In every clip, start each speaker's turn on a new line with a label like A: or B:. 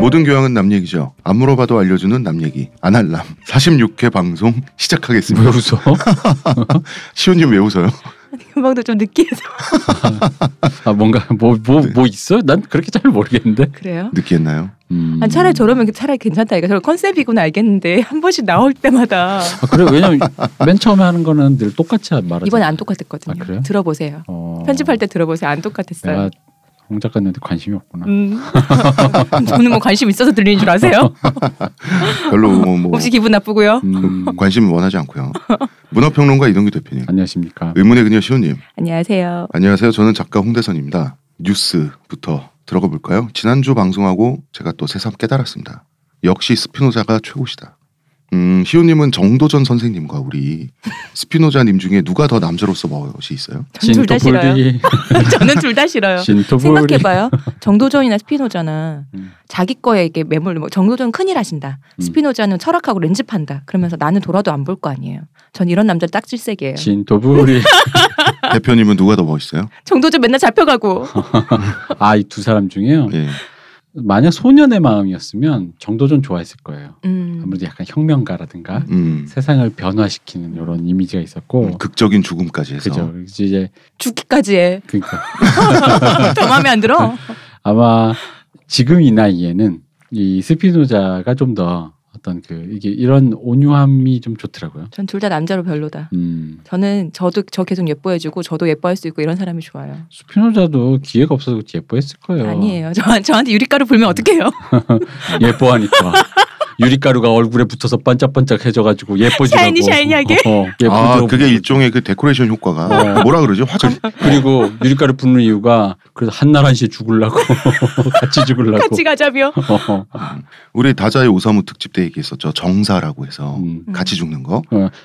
A: 모든 교양은 남 얘기죠. 안 물어봐도 알려주는 남 얘기. 안할람 46회 방송
B: 왜
A: 시작하겠습니다.
B: 웃어?
A: 시온님 왜 웃어요?
C: 금방도 좀 느끼해서
B: 아 뭔가 뭐 뭐 뭐
A: 네.
B: 있어? 난 그렇게 잘 모르겠는데.
C: 아, 그래요.
A: 느끼했나요?
B: 음.
C: 아 차라리 저러면 차라리 괜찮다. 이거 저 컨셉이구나 알겠는데 한 번씩 나올 때마다
B: 아, 그래 왜냐면 맨 처음에 하는 거는 늘 똑같이 말하잖아.
C: 이번에 안 똑같았거든요.
B: 아, 그래요?
C: 들어보세요.
B: 어,
C: 편집할 때 들어보세요. 안 똑같았어요.
B: 내가 홍 작가님한테 관심이 없구나.
C: 음. 저는 뭐 관심 있어서 들리는 줄 아세요?
A: 별로 뭐, 뭐
C: 혹시 기분 나쁘고요?
B: 음,
A: 관심 원하지 않고요. 문화평론가 이동규 대표님.
B: 안녕하십니까.
A: 의문의 그녀 시온님.
C: 안녕하세요.
A: 안녕하세요. 저는 작가 홍대선입니다. 뉴스부터 들어가 볼까요? 지난주 방송하고 제가 또 새삼 깨달았습니다. 역시 스피노자가 최고시다. 음, 시온님은 정도전 선생님과 우리 스피노자님 중에 누가 더 남자로서 멋이 있어요?
C: 전 둘 다 싫어요.
B: 진토불이
C: 저는 둘 다 싫어요.
B: 진토불이
C: 생각해봐요. 정도전이나 스피노자는
B: 음.
C: 자기 거에 이게 매몰. 뭐 정도전 큰일 하신다.
B: 음.
C: 스피노자는 철학하고 렌즈판다. 그러면서 나는 돌아도 안 볼 거 아니에요. 전 이런 남자 딱 질색이에요.
B: 진토불이
A: 대표님은 누가 더 멋있어요?
C: 정도전 맨날 잡혀가고.
B: 아이 두 사람
C: 어.
B: 중에요.
A: 예.
B: 만약 소년의 마음이었으면 정도전 좋아했을 거예요.
C: 음.
B: 아무래도 약간 혁명가라든가
A: 음,
B: 세상을 변화시키는 이런 이미지가 있었고
A: 음, 극적인 죽음까지 해서
B: 어. 그죠. 그래서 이제
C: 죽기까지 해.
B: 그러니까
C: 더 마음에 안 들어.
B: 아마 지금 이 나이에는 이 스피노자가 좀 더 어떤 그 이게 이런 온유함이 좀 좋더라고요.
C: 전 둘 다 남자로 별로다.
B: 음.
C: 저는 저도 저 계속 예뻐해주고 저도 예뻐할 수 있고 이런 사람이 좋아요.
B: 스피노자도 기회가 없어서 음. 예뻐했을 거예요.
C: 아니에요. 저, 저한테 유리가루 불면 어떡해요?
B: 예뻐하니까 유리가루가 얼굴에 붙어서 반짝반짝해져가지고 예뻐지라고.
C: 샤이니, 샤이니하게?
B: 어,
A: 아
B: 예쁘죠.
A: 그게 일종의 그 데코레이션 효과가
B: 어.
A: 뭐라 그러죠? 화장
B: 그리고 유리가루 붓는 이유가 그래서 한날 한시에 죽을라고 같이 죽을라고.
C: 같이 가자며.
B: 어,
A: 우리 다자의 오사무 특집 때 얘기했었죠. 정사라고 해서
B: 음.
A: 같이 죽는 거.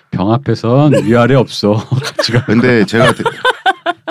B: 병 앞에선 위아래 없어. 같이 가.
A: 근데 제가 대,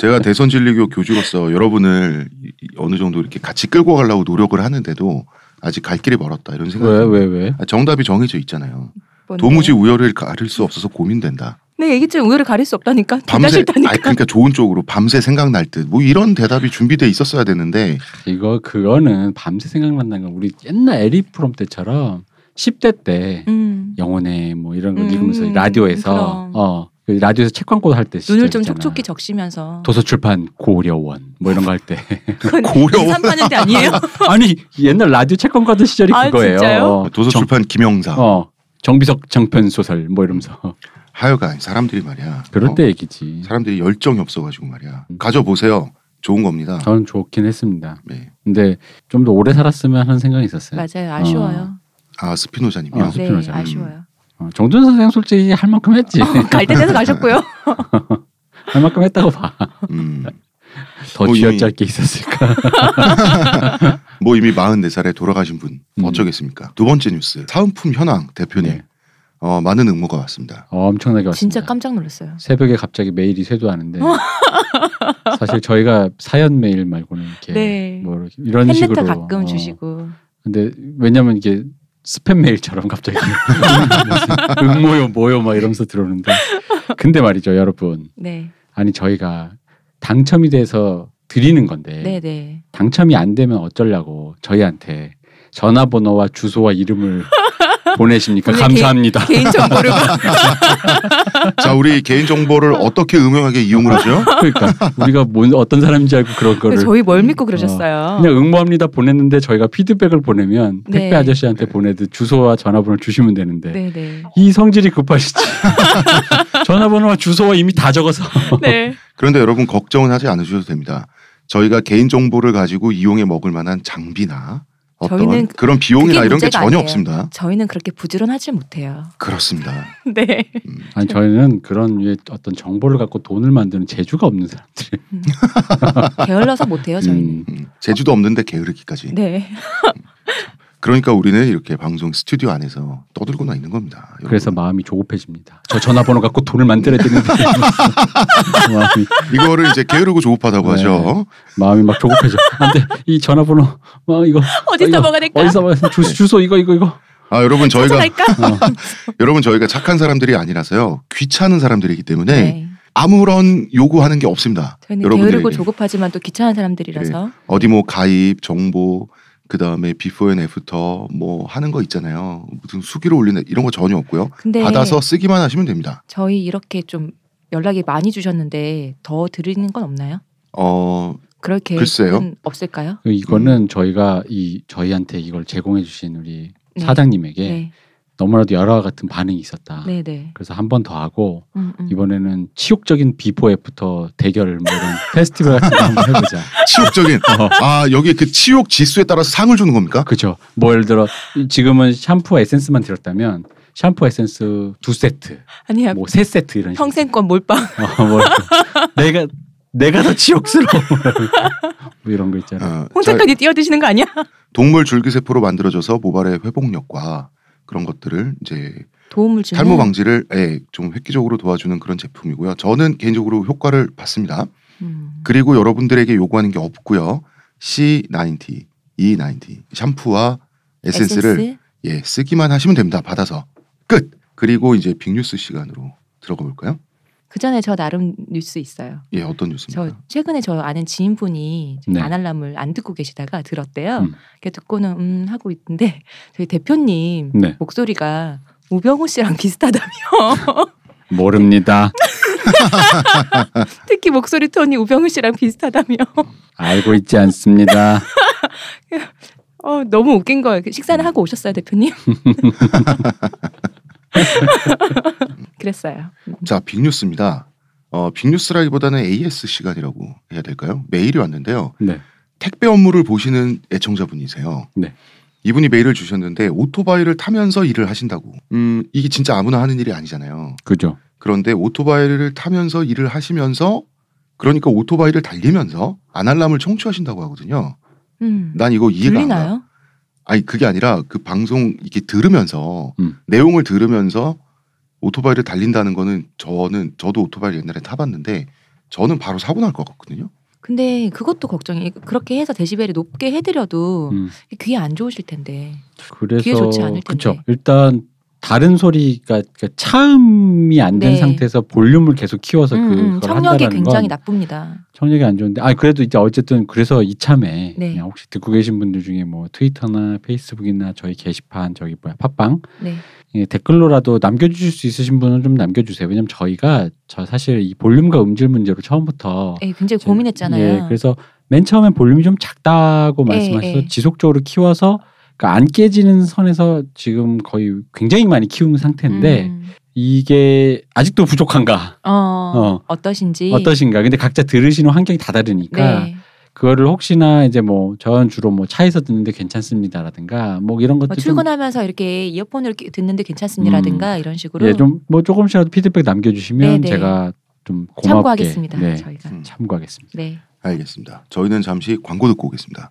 A: 제가 대선 진리교 교주로서 여러분을 이- 이- 어느 정도 이렇게 같이 끌고 가려고 노력을 하는데도 아직 갈 길이 멀었다 이런 생각.
B: 왜 왜 왜?
A: 정답이 정해져 있잖아요.
B: 뭐
C: 뭔데?
A: 도무지 우열을 가릴 수 없어서 고민된다.
C: 내 얘기 좀 우열을 가릴 수 없다니까. 둘다
A: 밤새
C: 싫다니까.
A: 아니 그러니까 좋은 쪽으로 밤새 생각날 듯 뭐 이런 대답이 준비돼 있었어야 되는데
B: 이거 그거는 밤새 생각난다는 건 우리 옛날 에리프롬 때처럼 10대 때
C: 음.
B: 영혼의 뭐 이런 걸
C: 음,
B: 읽으면서 라디오에서
C: 그럼.
B: 어, 그 라디오에서 책 광고 할 때
C: 눈을
B: 시절
C: 좀
B: 있잖아.
C: 촉촉히 적시면서.
B: 도서출판 고려원 뭐 이런 거 할 때
C: 그건
A: 고려워.
C: 인삼 파는 데 아니에요?
B: 아니 옛날 라디오 책 광고 하던 시절이
C: 아,
B: 그거예요.
C: 진짜요?
A: 도서출판 김영사
B: 어, 정, 어 정비석 장편 소설 뭐 이러면서
A: 하여간 사람들이 말이야.
B: 그럴
A: 어?
B: 때 얘기지.
A: 사람들이 열정이 없어가지고 말이야.
B: 음.
A: 가져보세요. 좋은 겁니다.
B: 저는 좋긴 했습니다.
A: 네.
B: 근데 좀 더 오래 살았으면 하는 생각이 있었어요.
C: 맞아요. 아쉬워요.
A: 아 스피노자님이요.
B: 아,
C: 네,
B: 스피노자.
C: 아쉬워요.
B: 어, 정준 선생 솔직히 할 만큼 했지.
C: 갈때 돼서 가셨고요.
B: 할 만큼 했다고 봐.
A: 음.
B: 더
A: 뭐 이미-
B: 쥐어짤 게 있었을까.
A: 뭐 이미 44살에 돌아가신 분
B: 음.
A: 어쩌겠습니까? 두 번째 뉴스 사은품 현황 대표님
B: 네.
A: 어, 많은 응모가 왔습니다.
B: 어, 엄청나게 왔습니다.
C: 진짜 깜짝 어. 놀랐어요.
B: 새벽에 갑자기 메일이 쇄도하는데 사실 저희가 사연 메일 말고는 이렇게
C: 네.
B: 뭐 이렇게 이런
C: 팬레터
B: 식으로
C: 가끔
B: 어,
C: 주시고.
B: 근데 왜냐면 이게 스팸 메일처럼 갑자기 무슨 응모요 뭐요 막 이러면서 들어오는데 근데 말이죠 여러분
C: 네.
B: 아니 저희가 당첨이 돼서 드리는 건데
C: 네, 네.
B: 당첨이 안 되면 어쩌려고 저희한테 전화번호와 주소와 이름을 보내십니까
C: 오늘
B: 감사합니다
C: 개인 정보를
A: 자 우리 개인 정보를 어떻게 음흉하게 이용을 하죠?
B: 그러니까 우리가 뭔 어떤 사람인지 알고 그런 거를
C: 네, 저희 뭘
A: 음,
C: 믿고 그러셨어요?
B: 그냥 응모합니다 보냈는데 저희가 피드백을 보내면
C: 네.
B: 택배 아저씨한테 보내듯 주소와 전화번호를 주시면 되는데
C: 네, 네.
B: 이 성질이 급하시지 전화번호와 주소와 이미 다 적어서
C: 네.
A: 그런데 여러분 걱정은 하지 않으셔도 됩니다. 저희가 개인 정보를 가지고 이용해 먹을 만한 장비나 어떤
C: 저희는
A: 그런 비용이나
C: 그게
A: 이런 게
C: 문제가
A: 전혀
C: 아니에요.
A: 없습니다.
C: 저희는 그렇게 부지런하지 못해요.
A: 그렇습니다.
C: 네.
B: 아니 저희는 그런 류의 어떤 정보를 갖고 돈을 만드는 재주가 없는 사람들
C: 게을러서 못해요, 저희는.
B: 음,
A: 음, 제주도 없는데 게으르기까지.
C: 네.
A: 그러니까 우리는 이렇게 방송 스튜디오 안에서 떠들고 나 있는 겁니다. 여러분.
B: 그래서 마음이 조급해집니다 저 전화번호 갖고 돈을 만들어야 되는데 마음이,
A: 이거를 이제 게으르고 조급하다고
B: 네.
A: 하죠.
B: 마음이 막 조급해져 안돼 이 전화번호 막 이거
C: 어디서
B: 이거,
C: 먹어야 될까?
B: 어디서 먹어야
C: 네.
B: 주, 주소 이거 이거 이거
A: 아 여러분 저희가
C: 찾아갈까?
A: 여러분 저희가 착한 사람들이 아니라서요 귀찮은 사람들이기 때문에
C: 네.
A: 아무런 요구하는 게 없습니다.
C: 저희는
A: 여러분들에게 네.
C: 게으르고 조급하지만 또 귀찮은 사람들이라서
A: 어디 뭐 가입 정보 그 다음에 비포 앤 애프터 뭐 하는 거 있잖아요. 무슨 수기로 올리는 이런 거 전혀 없고요.
C: 근데
A: 받아서 쓰기만 하시면 됩니다.
C: 저희 이렇게 좀 연락이 많이 주셨는데 더 드리는 건 없나요?
A: 어
C: 그럴 계획은
A: 글쎄요.
C: 없을까요?
B: 이거는 저희가 이 저희한테 이걸 제공해 주신 우리
C: 네.
B: 사장님에게
C: 네,
B: 너무나도 열화 같은 반응이 있었다.
C: 네, 네.
B: 그래서 한 번 더 하고
C: 음, 음.
B: 이번에는 치욕적인 비포 애프터 대결 뭐 이런 페스티벌 같은 거 한번 해보자.
A: 치욕적인
B: 어.
A: 아 여기 그 치욕 지수에 따라서 상을 주는 겁니까?
B: 그죠. 뭐 예를 들어 지금은 샴푸 에센스만 들었다면 샴푸 에센스 두 세트,
C: 아니야
B: 뭐 세 세트 이런 식으로.
C: 평생권 몰빵.
B: 어, 뭐 내가 내가 더 치욕스러워 뭐 이런 거 있잖아. 요
A: 어, 자,
C: 홍차까지 뛰어드시는 거 아니야?
A: 동물 줄기세포로 만들어져서 모발의 회복력과 그런 것들을 이제
C: 도움을 주는.
A: 탈모 방지를 예, 좀 획기적으로 도와주는 그런 제품이고요. 저는 개인적으로 효과를 봤습니다.
C: 음.
A: 그리고 여러분들에게 요구하는 게 없고요. C90, E90 샴푸와 에센스를
C: 에센스?
A: 예, 쓰기만 하시면 됩니다. 받아서 끝. 그리고 이제 빅뉴스 시간으로 들어가 볼까요?
C: 그 전에 저 나름 뉴스 있어요.
A: 예, 어떤 뉴스입니까?
C: 저 최근에 저 아는 지인분이 저희
B: 네.
C: 아날람을 안 듣고 계시다가 들었대요.
B: 음.
C: 이렇게 듣고는 음 하고 있는데 저희 대표님
B: 네,
C: 목소리가 우병우 씨랑 비슷하다며
B: 모릅니다.
C: 특히 목소리 톤이 우병우 씨랑 비슷하다며
B: 알고 있지 않습니다.
C: 어, 너무 웃긴 거예요. 식사는
B: 음.
C: 하고 오셨어요 대표님? 그랬어요.
A: 자, 빅뉴스입니다. 어, 빅뉴스라기보다는 AS 시간이라고 해야 될까요? 메일이 왔는데요.
B: 네,
A: 택배 업무를 보시는 애청자분이세요.
B: 네.
A: 이분이 메일을 주셨는데 오토바이를 타면서 일을 하신다고. 음, 이게 진짜 아무나 하는 일이 아니잖아요.
B: 그죠.
A: 그런데 오토바이를 타면서 일을 하시면서 그러니까 오토바이를 달리면서 아날람을 청취하신다고 하거든요.
C: 음.
A: 난 이거 이해가 안 가.
C: 들리나요?
A: 아니 그게 아니라 그 방송 이렇게 들으면서
B: 음.
A: 내용을 들으면서 오토바이를 달린다는 거는 저는 저도 오토바이를 옛날에 타봤는데 저는 바로 사고 날 것 같거든요.
C: 근데 그것도 걱정이 그렇게 해서 데시벨이 높게 해드려도
B: 음.
C: 귀에 안 좋으실 텐데.
B: 그래서
C: 귀에 좋지 않을 텐데.
B: 그쵸. 일단 다른 소리가 그러니까 차음이 안 된
C: 네.
B: 상태에서 볼륨을 계속 키워서 그
C: 음, 음,
B: 걸
C: 청력이
B: 한다라는
C: 굉장히
B: 건
C: 나쁩니다.
B: 청력이 안 좋은데 아 그래도 이제 어쨌든 그래서 이참에
C: 네.
B: 그냥 혹시 듣고 계신 분들 중에 뭐 트위터나 페이스북이나 저희 게시판 저기 뭐야 팟빵
C: 네.
B: 예, 댓글로라도 남겨주실 수 있으신 분은 좀 남겨주세요. 왜냐면 저희가 저 사실 이 볼륨과 음질 문제로 처음부터
C: 예, 굉장히
B: 제-
C: 고민했잖아요.
B: 예, 그래서 맨 처음에 볼륨이 좀 작다고
C: 예,
B: 말씀하셔서
C: 예.
B: 지속적으로 키워서 그안 깨지는 선에서 지금 거의 굉장히 많이 키운 상태인데
C: 음.
B: 이게 아직도 부족한가?
C: 어,
B: 어.
C: 어. 떠신지
B: 어떠신가? 근데 각자 들으시는 환경이 다 다르니까
C: 네.
B: 그거를 혹시나 이제 뭐 저는 주로 뭐 차에서 듣는데 괜찮습니다라든가 뭐 이런 것도
C: 뭐
B: 좀
C: 출근하면서 이렇게 이어폰을 끼- 듣는데 괜찮습니다라든가 이런 식으로
B: 예, 좀 뭐 조금씩이라도 피드백 남겨주시면
C: 네, 네.
B: 제가 좀 고맙게
C: 참고하겠습니다.
B: 네,
C: 저희가.
A: 음.
B: 참고하겠습니다.
C: 네.
A: 알겠습니다. 저희는 잠시 광고 듣고 오겠습니다.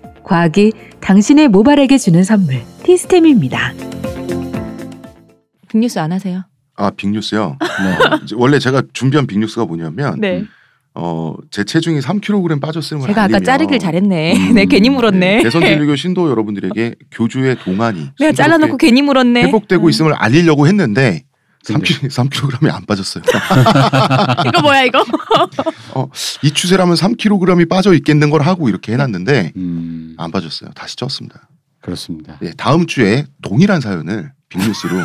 D: 과학이 당신의 모발에게 주는 선물, 티스템입니다. 네.
C: 빅뉴스 안 하세요?
A: 아 빅뉴스요.
B: 네.
A: 이제 원래 제가 준비한 빅뉴스가 뭐냐면
C: 네.
A: 어제 체중이 3kg 빠졌음을
C: 제가 아까
A: 알리며
C: 자르길 잘했네.
B: 음.
C: 네, 괜히 물었네.
A: 대선 진료교 신도 여러분들에게 교주의 동안이
C: 내가 잘라놓고 괜히 물었네.
A: 회복되고
C: 음.
A: 있음을 알리려고 했는데
B: 근데.
A: 3kg, 3kg이 안 빠졌어요.
C: 이거 뭐야 이거?
A: 이 추세라면 3kg이 빠져 있겠는 걸 하고 이렇게 해놨는데
B: 음, 네.
A: 안 빠졌어요. 다시 쪘습니다.
B: 그렇습니다.
A: 예, 다음 주에 동일한 사연을 빅뉴스로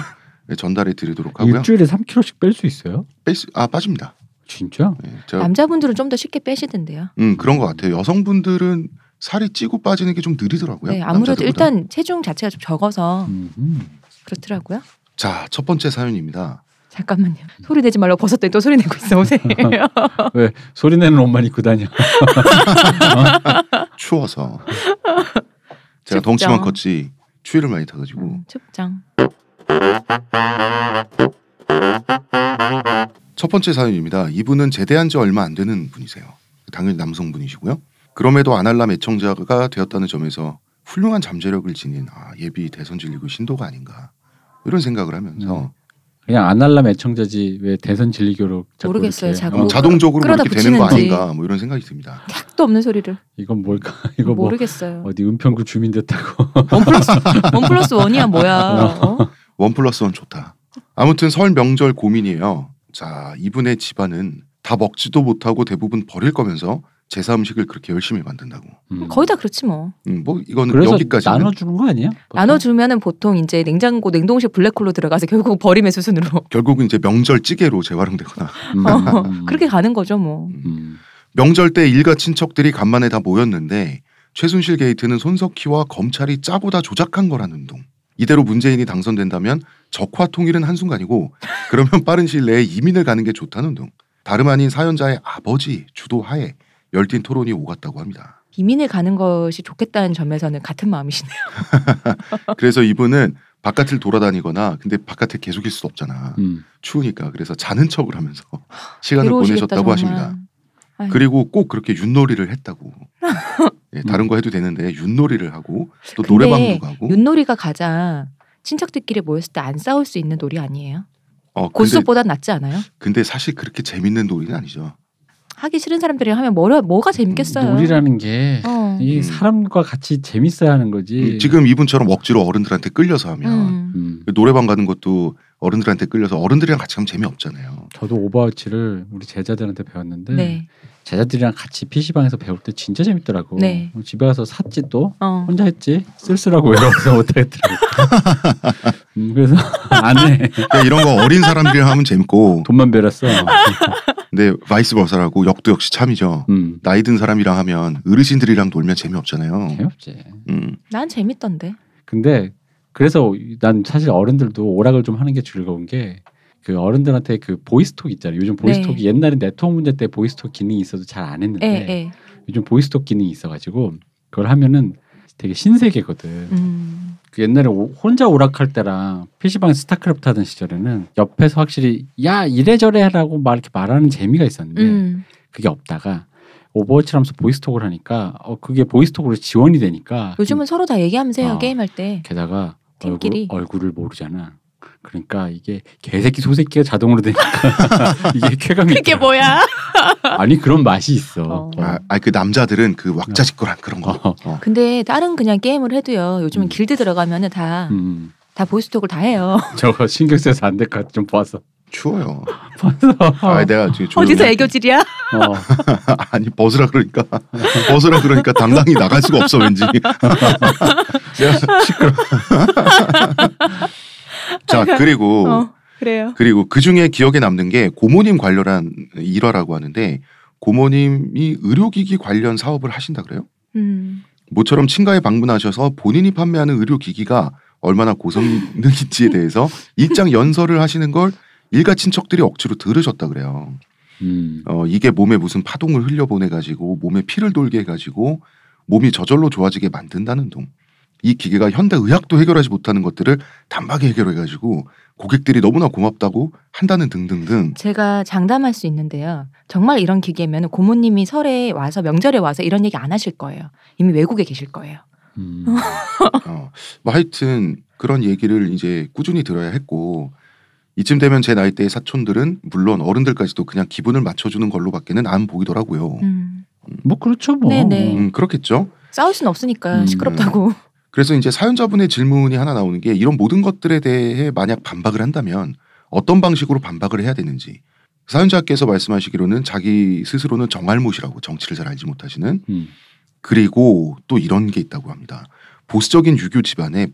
A: 예, 전달해 드리도록 하고요.
B: 일주일에 3kg씩 뺄 수 있어요?
A: 빼스- 아 빠집니다.
B: 진짜?
A: 예, 제가
C: 남자분들은 좀 더 쉽게 빼시던데요.
A: 음, 그런 것 같아요. 여성분들은 살이 찌고 빠지는 게 좀 느리더라고요.
C: 네, 아무래도
A: 남자들보다.
C: 일단 체중 자체가 좀 적어서
B: 음, 음.
C: 그렇더라고요.
A: 자, 첫 번째 사연입니다.
C: 잠깐만요. 소리 내지 말라고 벗었더니 또 소리 내고 있어 오세요.
B: 왜 소리 내는 옷만 입고 다녀?
A: 추워서 제가
C: 춥죠.
A: 덩치만 컸지 추위를 많이 타가지고
C: 음, 춥장.
A: 첫 번째 사연입니다. 이분은 제대한 지 얼마 안 되는 분이세요. 당연히 남성분이시고요. 그럼에도 아날람 애청자가 되었다는 점에서 훌륭한 잠재력을 지닌 아, 예비 대선 진리구 신도가 아닌가 이런 생각을 하면서
B: 그냥 안할람 애청자지 왜 대선 진리교로 자꾸
C: 모르겠어요,
B: 이렇게
C: 자꾸.
A: 뭐
C: 뭐
A: 자동적으로 뭐
C: 끌어다
A: 이렇게 되는 거
C: 붙이는지.
A: 아닌가 뭐 이런 생각이 듭니다.
C: 택도 없는 소리를
B: 이건 뭘까? 이거 뭐
C: 모르겠어요.
B: 어디 은평구 주민 됐다고
C: 원 플러스 원 플러스 원이야 뭐야? 어?
A: 원 플러스 원 좋다. 아무튼 설 명절 고민이에요. 자 이분의 집안은 다 먹지도 못하고 대부분 버릴 거면서 제사 음식을 그렇게 열심히 만든다고.
B: 음.
C: 거의 다 그렇지 뭐.
A: 음, 뭐 이거는
B: 그래서
A: 여기까지
B: 나눠주는 거 아니야?
C: 나눠주면은 보통 이제 냉장고 냉동실 블랙홀로 들어가서 결국 버림의 수순으로
A: 결국은 이제 명절 찌개로 재활용되거나
C: 어,
A: 음.
C: 그렇게 가는 거죠 뭐.
B: 음.
A: 명절 때 일가 친척들이 간만에 다 모였는데 최순실 게이트는 손석희와 검찰이 짜보다 조작한 거라는 둥. 이대로 문재인이 당선된다면 적화 통일은 한순간이고 그러면 빠른 시일 내에 이민을 가는 게 좋다는 둥. 다름 아닌 사연자의 아버지 주도하에 열띤 토론이 오갔다고 합니다.
C: 이민을 가는 것이 좋겠다는 점에서는 같은 마음이시네요.
A: 그래서 이분은 바깥을 돌아다니거나 근데 바깥에 계속 있을 수 없잖아.
B: 음.
A: 추우니까 그래서 자는 척을 하면서 시간을
C: 괴로우시겠다,
A: 보내셨다고
C: 정말.
A: 하십니다. 그리고 꼭 그렇게 윷놀이를 했다고. 예, 다른 거 해도 되는데 윷놀이를 하고 또
C: 근데
A: 노래방도 가고.
C: 윷놀이가 가장 친척들끼리 모였을 때 안 싸울 수 있는 놀이 아니에요?
A: 어, 근데,
C: 고수보다 낫지 않아요?
A: 근데 사실 그렇게 재밌는 놀이는 아니죠.
C: 하기 싫은 사람들이랑 하면 뭐라, 뭐가 재밌겠어요?
B: 놀이라는 게
C: 어.
B: 이
A: 음.
B: 사람과 같이 재밌어야 하는 거지.
A: 음, 지금 이분처럼 억지로 어른들한테 끌려서 하면 그
C: 음.
B: 음.
A: 노래방 가는 것도 어른들한테 끌려서 어른들이랑 같이 가면 재미없잖아요.
B: 저도 오버워치를 우리 제자들한테 배웠는데
C: 네.
B: 제자들이랑 같이 PC방에서 배울 때 진짜 재밌더라고.
C: 네.
B: 집에 가서 샀지 또
C: 어.
B: 혼자 했지 쓸쓸하고 외로워서 못하겠더라고. 음, 그래서 안 해.
A: 그러니까 이런 거 어린 사람들이랑 하면 재밌고
B: 돈만 베렸어.
A: 근데 바이스 버사라고 역도 역시 참이죠.
B: 음.
A: 나이 든 사람이랑 하면 어르신들이랑 놀면 재미없잖아요.
B: 재미없지.
A: 음.
C: 난 재밌던데.
B: 근데 그래서 난 사실 어른들도 오락을 좀 하는 게 즐거운 게 그 어른들한테 그 보이스톡 있잖아요.
C: 네.
B: 요즘 보이스톡이 옛날에 네트워크 문제 때 보이스톡 기능이 있어도 잘 안 했는데
C: 예,
A: 네.
C: 예.
B: 요즘 보이스톡 기능이 있어가지고 그걸 하면은 되게 신세계거든.
C: 음.
B: 그 옛날에 오- 혼자 오락할 때랑 PC방 스타크래프트 하던 시절에는 옆에서 확실히 야 이래저래 하라고 막 이렇게 말하는 재미가 있었는데
A: 네.
C: 음.
B: 그게 없다가 오버워치를 하면서 보이스톡을 하니까 어 그게 보이스톡으로 지원이 되니까
C: 요즘은 서로 다 얘기하면서 해요,
B: 어.
C: 게임할 때.
B: 게다가 얼굴,
C: 팀끼리.
B: 얼굴을 모르잖아. 그러니까 이게 개새끼 소새끼가 자동으로 되니까 이게 쾌감이 있더라.
C: 뭐야?
B: 아니 그런 맛이 있어.
C: 어.
B: 어.
A: 아, 아니, 그 남자들은 그 왁자지껄한 그런 거.
B: 어.
C: 근데 다른 그냥 게임을 해도요. 요즘은
B: 음.
C: 길드 들어가면은 다,
B: 음.
C: 다 보이스톡을 다 해요.
B: 저거 신경 써서 안 될 것 같아 좀 봐서.
A: 추워요.
B: 봐서.
A: 아, 내가 지금 조용히
C: 어디서
A: 할게.
C: 애교질이야?
B: 어.
A: 아니 벗으라 그러니까 벗으라 그러니까 당당히 나갈 수가 없어 왠지. 내가 시끄러. 자 그리고
C: 어, 그래요.
A: 그리고 그 중에 기억에 남는 게 고모님 관련한 일화라고 하는데 고모님이 의료기기 관련 사업을 하신다 그래요?
C: 음.
A: 모처럼 친가에 방문하셔서 본인이 판매하는 의료기기가 얼마나 고성능인지에 대해서 일장 연설을 하시는 걸 일가 친척들이 억지로 들으셨다 그래요.
B: 음.
A: 어, 이게 몸에 무슨 파동을 흘려보내가지고 몸에 피를 돌게 해가지고 몸이 저절로 좋아지게 만든다는 둥. 이 기계가 현대 의학도 해결하지 못하는 것들을 단박에 해결해가지고 고객들이 너무나 고맙다고 한다는 등등등.
C: 제가 장담할 수 있는데요. 정말 이런 기계면 고모님이 설에 와서 명절에 와서 이런 얘기 안 하실 거예요. 이미 외국에 계실 거예요.
B: 음.
A: 어, 뭐 하여튼 그런 얘기를 이제 꾸준히 들어야 했고 이쯤 되면 제 나이 대의 사촌들은 물론 어른들까지도 그냥 기분을 맞춰주는 걸로밖에는 안 보이더라고요.
C: 음.
B: 뭐 그렇죠 뭐.
C: 네네.
A: 음, 그렇겠죠.
C: 싸울 순 없으니까
B: 음.
C: 시끄럽다고.
A: 그래서 이제 사연자분의 질문이 하나 나오는 게 이런 모든 것들에 대해 만약 반박을 한다면 어떤 방식으로 반박을 해야 되는지 사연자께서 말씀하시기로는 자기 스스로는 정알못이라고 정치를 잘 알지 못하시는
B: 음.
A: 그리고 또 이런 게 있다고 합니다. 보수적인 유교 집안에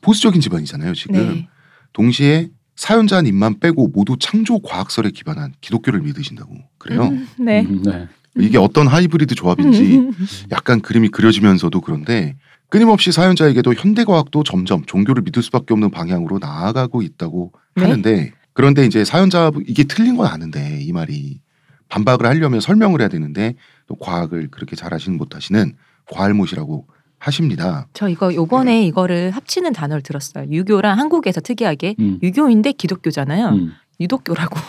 A: 보수적인 집안이잖아요 지금
C: 네.
A: 동시에 사연자 님만 빼고 모두 창조 과학설에 기반한 기독교를 믿으신다고 그래요. 음.
C: 음, 네.
B: 음, 네.
A: 이게 어떤 하이브리드 조합인지 약간 그림이 그려지면서도 그런데 끊임없이 사연자에게도 현대과학도 점점 종교를 믿을 수밖에 없는 방향으로 나아가고 있다고
C: 네?
A: 하는데 그런데 이제 사연자 이게 틀린 건 아는데 이 말이 반박을 하려면 설명을 해야 되는데 또 과학을 그렇게 잘하시는 못하시는 과알못이라고 하십니다.
C: 저 이거 요번에 이거를 합치는 단어를 들었어요. 유교랑 한국에서 특이하게
B: 음.
C: 유교인데 기독교잖아요.
B: 음.
C: 유독교라고.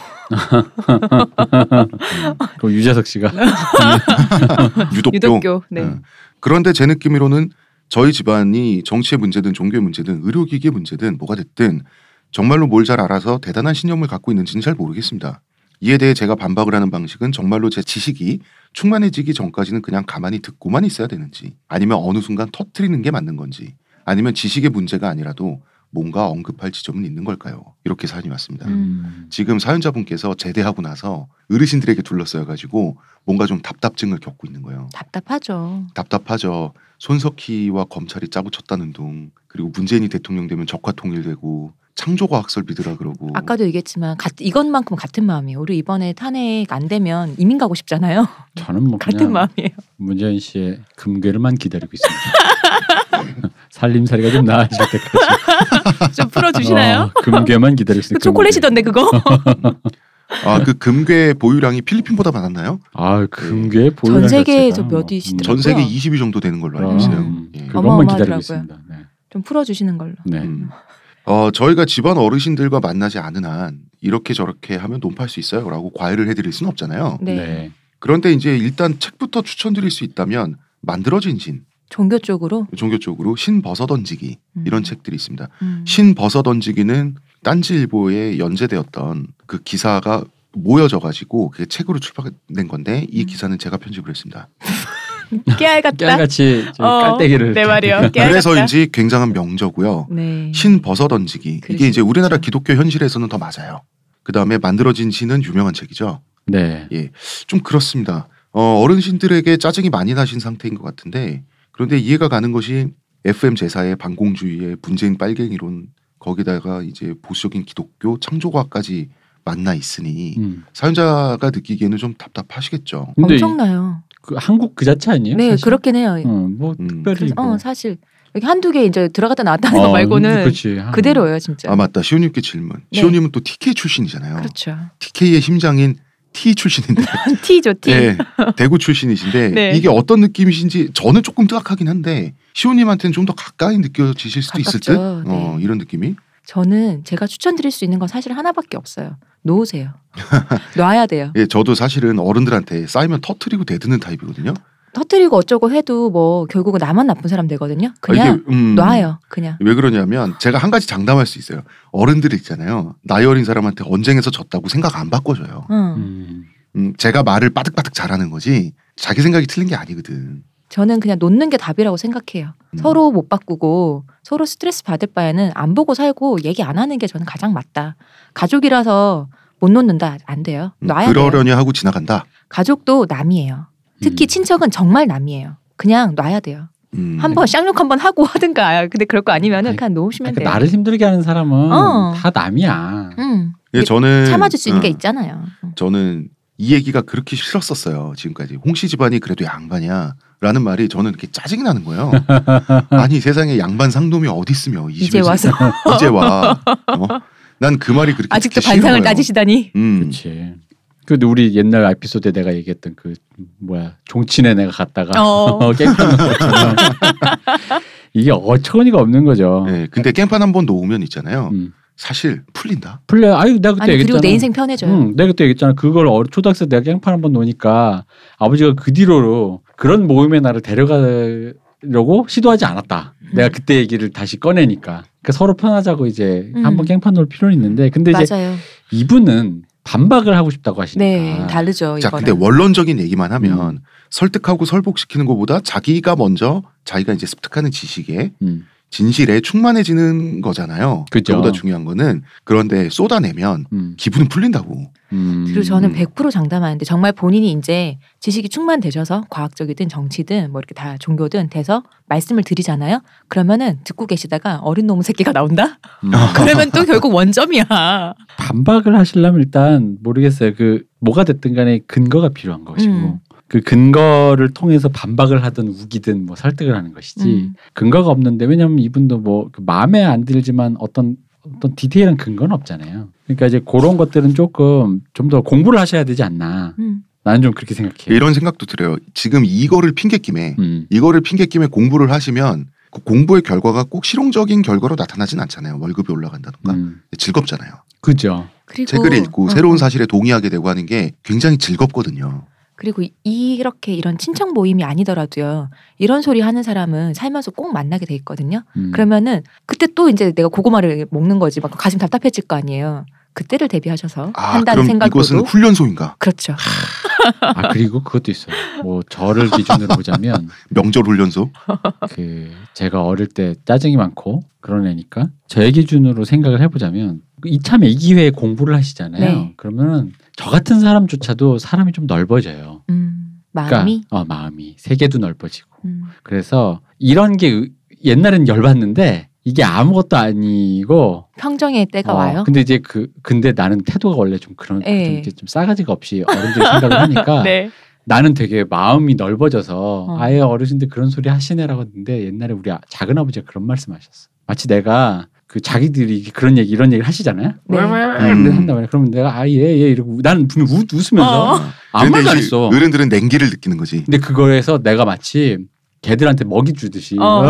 B: 그럼 유재석 씨가
A: 유독교.
C: 유독교. 네.
A: 어. 그런데 제 예. 느낌으로는 저희 집안이 정치의 문제든 종교의 문제든 의료기기의 문제든 뭐가 됐든 정말로 뭘 잘 알아서 대단한 신념을 갖고 있는지는 잘 모르겠습니다. 이에 대해 제가 반박을 하는 방식은 정말로 제 지식이 충만해지기 전까지는 그냥 가만히 듣고만 있어야 되는지 아니면 어느 순간 터트리는 게 맞는 건지 아니면 지식의 문제가 아니라도 뭔가 언급할 지점은 있는 걸까요? 이렇게 사연이 왔습니다.
B: 음.
A: 지금 사연자분께서 제대하고 나서 어르신들에게 둘러싸여 가지고 뭔가 좀 답답증을 겪고 있는 거예요.
C: 답답하죠.
A: 답답하죠. 손석희와 검찰이 짜고 쳤다는 둥 그리고 문재인이 대통령 되면 적화 통일되고 창조과 학설 믿으라 그러고
C: 아까도 얘기했지만 같- 이것만큼 같은 마음이에요. 우리 이번에 탄핵 안 되면 이민 가고 싶잖아요.
B: 저는 뭐
C: 같은
B: 그냥
C: 마음이에요.
B: 문재인 씨의 금괴를만 기다리고 있습니다. 살림살이가 좀 나아질 때까지.
C: 좀 풀어주시나요?
B: 어, 금괴만 기다리고
C: 그
B: 있습니다.
C: 초콜릿이던데 그거.
A: 아 그 금괴 보유량이 필리핀보다 많았나요?
B: 아 금괴 보유량
C: 전 세계에서
B: 자체가
C: 몇
A: 전
C: 위시더라고요.
A: 세계 20위 정도 되는 걸로 알고 있어요.
B: 음,
A: 예.
B: 그것만 기다리고
C: 어마어마하더라고요.
B: 있습니다. 네.
C: 좀 풀어주시는 걸로.
B: 네.
A: 음. 어, 저희가 집안 어르신들과 만나지 않은 한 이렇게 저렇게 하면 논팔 수 있어요라고 과외를 해드릴 수는 없잖아요.
C: 네.
B: 네.
A: 그런데 이제 일단 책부터 추천드릴 수 있다면 만들어진 신
C: 종교 쪽으로
A: 종교 쪽으로 신 벗어 던지기
C: 음.
A: 이런 책들이 있습니다.
C: 음.
A: 신 벗어 던지기는 딴지일보에 연재되었던 그 기사가 모여져 가지고 그게 책으로 출판된 건데 이
C: 음.
A: 기사는 제가 편집을 했습니다.
C: 깨알 같다.
B: 깨알같이 저기
C: 어,
B: 깔때기를.
C: 내 말이요. 네, 깨알 같다.
A: 그래서인지 굉장한 명저고요.
C: 네.
A: 신 벗어 던지기 이게 이제
C: 그러시겠죠.
A: 우리나라 기독교 현실에서는 더 맞아요. 그 다음에 만들어진 신은 유명한 책이죠.
B: 네.
A: 좀 그렇습니다. 어, 어른신들에게 짜증이 많이 나신 상태인 것 같은데 그런데 이해가 가는 것이 FM 제사의 반공주의의 문재인 빨갱이론 거기다가 이제 보수적인 기독교 창조과까지 만나 있으니
B: 음.
A: 사연자가 느끼기에는 좀 답답하시겠죠.
B: 근데 이-
C: 엄청나요.
B: 그 한국 그 자체 아니에요?
C: 네,
B: 사실?
C: 그렇긴 해요.
B: 어, 뭐
A: 음.
B: 특별히.
C: 그래서,
B: 뭐.
C: 어, 사실 여기 한두 개 이제 들어갔다 나왔다는 거
B: 어,
C: 말고는
B: 그렇지. 한-
C: 그대로예요, 진짜.
A: 아 맞다 시온님께 질문.
C: 네.
A: 시온님은 또 TK 출신이잖아요.
C: 그렇죠.
A: TK의 심장인 T 출신인데
C: T죠, T.
A: 예, 대구 출신이신데
C: 네.
A: 이게 어떤 느낌이신지 저는 조금 뜨악하긴 한데 시호님한테는 좀 더 가까이 느껴지실 수도 있을 듯.
C: 가깝죠. 네.
A: 어, 이런 느낌이.
C: 저는 제가 추천드릴 수 있는 건 사실 하나밖에 없어요. 놓으세요. 놔야 돼요.
A: 예, 저도 사실은 어른들한테 쌓이면 터트리고 대드는 타입이거든요. 아,
C: 터뜨리고 어쩌고 해도 뭐 결국은 나만 나쁜 사람 되거든요. 그냥
A: 음,
C: 놔요. 그냥.
A: 왜 그러냐면 제가 한 가지 장담할 수 있어요. 어른들 있잖아요. 나이 어린 사람한테 언쟁에서 졌다고 생각 안 바꿔줘요.
C: 응.
B: 음.
A: 음, 제가 말을 빠득빠득 잘하는 거지 자기 생각이 틀린 게 아니거든.
C: 저는 그냥 놓는 게 답이라고 생각해요.
A: 음.
C: 서로 못 바꾸고 서로 스트레스 받을 바에는 안 보고 살고 얘기 안 하는 게 저는 가장 맞다. 가족이라서 못 놓는다 안 돼요.
A: 음,
C: 놔야 돼요.
A: 그러려니 하고 지나간다.
C: 가족도 남이에요. 특히
B: 음.
C: 친척은 정말 남이에요. 그냥 놔야 돼요.
A: 음.
C: 한번 쌍욕 한번 하고 하든가. 근데 그럴 거 아니면은
B: 아니,
C: 그냥 놓으시면
B: 그러니까
C: 돼요.
B: 나를 힘들게 하는 사람은
C: 어.
B: 다 남이야.
C: 음.
A: 예, 저는
C: 참아줄 수 있는 게
A: 어.
C: 있잖아요. 음.
A: 저는 이 얘기가 그렇게 싫었었어요. 지금까지 홍씨 집안이 그래도 양반이야. 라는 말이 저는 이렇게 짜증이 나는 거예요. 아니 세상에 양반 상놈이 어디 있으며 이
C: 이제
A: 집에서.
C: 와서
A: 이제 와. 난 그 말이 그렇게
C: 아직도
A: 듣기 싫은
C: 반상을
A: 거예요.
C: 따지시다니. 그렇죠.
A: 음,
B: 그렇지. 근데 우리 옛날 에피소드에 내가 얘기했던 그 뭐야 종친에 내가
A: 아.
B: 갔다가
C: 어.
B: 어, 깽판 것처럼 이게 어처구니가 없는 거죠.
A: 네,
C: 어.
A: 근데 깽판 한 번 놓으면 있잖아요.
B: 음.
A: 사실 풀린다.
B: 플레 아유 내가 그때
C: 아니
B: 얘기했잖아.
C: 그리고 내 인생 편해져요.
A: 음,
B: 응, 내가 그때 얘기했잖아. 그걸 어, 초등학생 때 내가 깽판 한 번 놓으니까 아버지가 그 뒤로로 그런 모임에 나를 데려가려고 시도하지 않았다. 내가 그때 얘기를 다시 꺼내니까. 그러니까 서로 편하자고 이제
C: 음.
B: 한번 깽판 놓을 필요는 있는데 근데 이제
C: 맞아요.
B: 이분은 반박을 하고 싶다고 하시니까.
C: 네, 다르죠.
A: 아. 자,
C: 이거랑.
A: 근데 원론적인 얘기만 하면
B: 음.
A: 설득하고 설복시키는 것보다 자기가 먼저 자기가 이제 습득하는 지식에
B: 음.
A: 진실에 충만해지는 거잖아요.
B: 그죠.
A: 그보다 중요한 거는 그런데 쏟아내면
B: 음.
A: 기분은 풀린다고.
B: 음.
C: 그리고 저는
A: 음.
C: 100% 장담하는데 정말 본인이 이제 지식이 충만되셔서 과학적이든 정치든 뭐 이렇게 다 종교든 돼서 말씀을 드리잖아요. 그러면은 듣고 계시다가 어린 놈의 새끼가 나온다?
B: 음.
C: 그러면 또 결국 원점이야.
B: 반박을 하시려면 일단 모르겠어요. 그 뭐가 됐든 간에 근거가 필요한 것이고
C: 음.
B: 그 근거를 통해서 반박을 하든 우기든 뭐 설득을 하는 것이지
C: 음.
B: 근거가 없는데 왜냐하면 이분도 뭐그 마음에 안 들지만 어떤 어떤 디테일한 근거는 없잖아요. 그러니까 이제 그런 것들은 조금 좀 더 공부를 하셔야 되지 않나.
C: 음.
B: 나는 좀 그렇게 생각해요.
A: 이런 생각도 들어요. 지금 이거를 핑계김에
B: 음.
A: 이거를 핑계김에 공부를 하시면 그 공부의 결과가 꼭 실용적인 결과로 나타나진 않잖아요. 월급이 올라간다던가
B: 음.
A: 즐겁잖아요.
B: 그죠.
C: 그리고
A: 책을 읽고
C: 어.
A: 새로운 사실에 동의하게 되고 하는 게 굉장히 즐겁거든요.
C: 그리고 이- 이렇게 이런 친척 모임이 아니더라도요. 이런 소리 하는 사람은 살면서 꼭 만나게 돼 있거든요.
B: 음.
C: 그러면은 그때 또 이제 내가 고구마를 먹는 거지 막 가슴 답답해질 거 아니에요. 그때를 대비하셔서
A: 아
C: 한다는
A: 그럼 이것은
C: 생각으로도
A: 훈련소인가?
C: 그렇죠.
B: 아 그리고 그것도 있어요. 뭐 저를 기준으로 보자면
A: 명절 훈련소?
B: 그 제가 어릴 때 짜증이 많고 그런 애니까 저의 기준으로 생각을 해보자면 그 이참에 이 기회에 공부를 하시잖아요.
C: 네.
B: 그러면은 저 같은 사람조차도 사람이 좀 넓어져요.
C: 음, 마음이
B: 어, 마음이 세계도 넓어지고
C: 음,
B: 그래서 이런 게 으- 옛날엔 열받는데 이게 아무것도 아니고
C: 평정의 때가
B: 어,
C: 와요.
B: 근데 이제 그 근데 나는 태도가 원래 좀 그런
C: 예.
B: 좀, 이제 좀 싸가지가 없이 어른들 생각을 하니까
C: 네.
B: 나는 되게 마음이 넓어져서
C: 어.
B: 아예 어르신들 그런 소리 하시네라고 했는데 옛날에 우리 작은 아버지가 그런 말씀하셨어. 마치 내가 그 자기들이 그런 얘기 이런 얘기를 하시잖아요.
C: 네.
B: 근데
A: 음.
B: 한단 말이야. 그러면 내가 아예예 이러고 나는 분명 웃, 웃으면서
C: 어.
A: 그런데
B: 아무 말도 안
A: 이제
B: 했어.
A: 어른들은 냉기를 느끼는 거지.
B: 근데 그거에서 내가 마치 개들한테 먹이 주듯이
C: 어.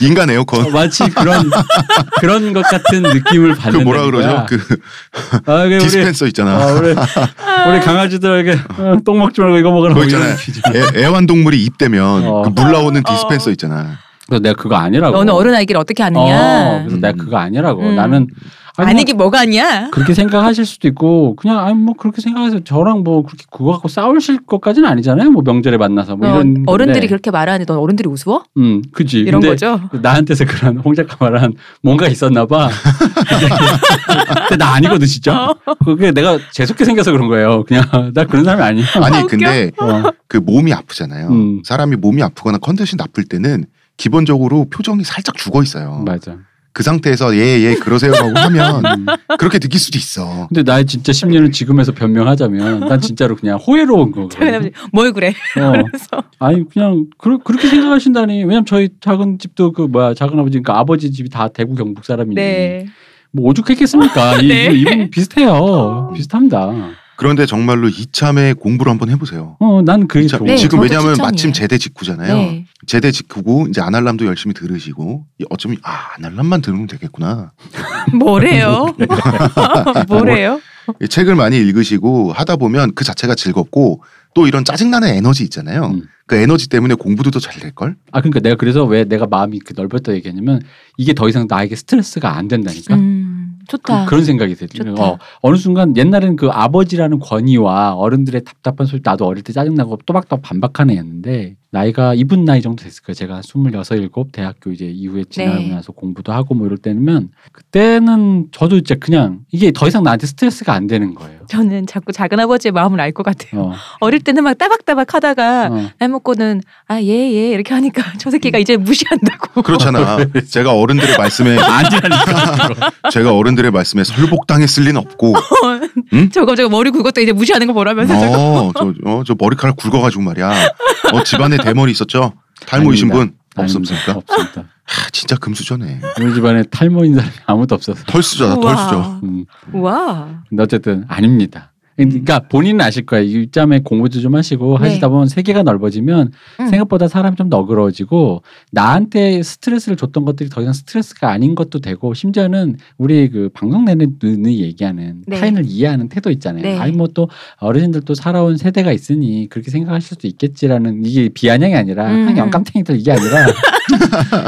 A: 인간 에어컨.
B: 마치 그런 그런 것 같은 느낌을
A: 그
B: 받는
A: 뭐라 그러죠? 그
B: 아, 그래, 우리
A: 디스펜서 있잖아.
B: 아, 우리 우리 강아지들에게 어, 똥 먹지 말고 이거 먹으라고
A: 그거 있잖아요.
B: 이런 얘기죠.
A: 애, 애완동물이 입대면
B: 어.
A: 그 물 나오는 디스펜서 있잖아.
B: 그래서 내가 그거 아니라고.
C: 너는 어른 아기를 어떻게
B: 어,
C: 아느냐?
B: 그래서
A: 음.
B: 내가 그거 아니라고.
C: 음.
B: 나는 아니,
C: 아니기 뭐가 아니야?
B: 그렇게 생각하실 수도 있고 그냥 아니 뭐 그렇게 생각해서 저랑 뭐 그렇게 그거 갖고 싸우실 것까지는 아니잖아요. 뭐 명절에 만나서 뭐
C: 어,
B: 이런
C: 어른들이
B: 건데.
C: 그렇게 말하는데 넌 어른들이 우스워?
B: 음, 그지.
C: 이런
B: 근데
C: 거죠.
B: 나한테서 그런 홍 작가 말한 뭔가 있었나 봐. 근데 나 아니거든
C: 어.
B: 진짜. 그게 내가 재수없게 생겨서 그런 거예요. 그냥 나 그런 사람이 아니야.
A: 아니
C: 웃겨.
A: 근데
B: 어,
A: 그 몸이 아프잖아요.
B: 음.
A: 사람이 몸이 아프거나 컨디션이 나쁠 때는 기본적으로 표정이 살짝 죽어 있어요.
B: 맞아.
A: 그 상태에서 예예 그러세요라고 하면
B: 음.
A: 그렇게 느낄 수도 있어.
B: 근데 나의 진짜 심리는 지금에서 변명하자면 난 진짜로 그냥 호혜로운
C: 작은
B: 거거든요.
C: 아버지 뭘 그래?
B: 어.
C: 그래서
B: 아니 그냥 그, 그렇게 생각하신다니 왜냐면 저희 작은 집도 그 뭐야 작은 아버지 그러니까 아버지 집이 다 대구 경북 사람이니
C: 네.
B: 뭐 오죽했겠습니까 이-
C: 네. 어.
B: 이, 분 비슷해요 비슷합니다
A: 그런데 정말로 이참에 공부를 한번 해보세요.
B: 어난 그게
A: 자,
B: 좋아
C: 네,
A: 지금
C: 저도
A: 왜냐하면
C: 추천이에요.
A: 마침 제대 직후잖아요.
C: 네.
A: 제대 직후고 이제 아날람도 열심히 들으시고 이- 어쩌면 아 아날람만 들으면 되겠구나.
C: 뭐래요? 뭐래요?
A: 이 책을 많이 읽으시고 하다 보면 그 자체가 즐겁고 또 이런 짜증나는 에너지 있잖아요.
B: 음.
A: 그 에너지 때문에 공부도 더 잘 될 걸.
B: 아 그러니까 내가 그래서 왜 내가 마음이 그 넓었다 얘기하냐면 이게 더 이상 나에게 스트레스가 안 된다니까
C: 음, 좋다.
B: 뭐 그, 런 생각이 들어요.
C: 좋다.
B: 어, 어느 순간 옛날에는 그 아버지라는 권위와 어른들의 답답한 소리 나도 어릴 때 짜증나고 또박또박 반박하는 애였는데 나이가 이분 나이 정도 됐을 거예요. 제가 26, 7 대학교 이제 이후에 지나고
C: 네.
B: 나서 공부도 하고 뭐 이럴 때면 그때는 저도 이제 그냥 이게 더 이상 나한테 스트레스가 안 되는 거예요.
C: 저는 자꾸 작은 아버지의 마음을 알 것 같아요.
B: 어,
C: 어. 릴 때는 막 따박따박 하다가
B: 어.
C: 애 먹고는 아 예 예 이렇게 하니까 저 새끼가
B: 음.
C: 이제 무시한다고.
A: 그렇잖아. 제가 어른들의 네. 말씀에
B: 아니라니까.
A: 제가 어른들의 말씀에 설복당했을 리는 없고.
C: 저거 저거 머리 굵었다 이제 무시하는 거 보라면서 저거.
A: 어, 저, 어, 저 머리카락 굵어가지고 말이야. 어, 집안에 대머리 있었죠? 탈모이신 분? 없습니까?
B: 없습니다.
A: 아, 진짜 금수저네.
B: 우리 집안에 탈모인 사람이 아무도 없어서.
A: 털수저다, 털수저.
C: 우와.
B: 음.
C: 우와.
B: 근데 어쨌든 아닙니다. 그러니까 본인은 아실 거예요. 일점에 공부도 좀 하시고
C: 음. 네.
B: 하시다 보면 세계가 넓어지면
C: 음.
B: 생각보다 사람이 좀 너그러워지고 나한테 스트레스를 줬던 것들이 더 이상 스트레스가 아닌 것도 되고 심지어는 우리 그 방송 내내 눈이 얘기하는
C: 네.
B: 타인을 이해하는 태도 있잖아요.
C: 네.
B: 아니 뭐 또 어르신들도 살아온 세대가 있으니 그렇게 생각하실 수도 있겠지라는 이게 비아냥이 아니라
C: 음.
B: 그냥 영감탱이들 이게 아니라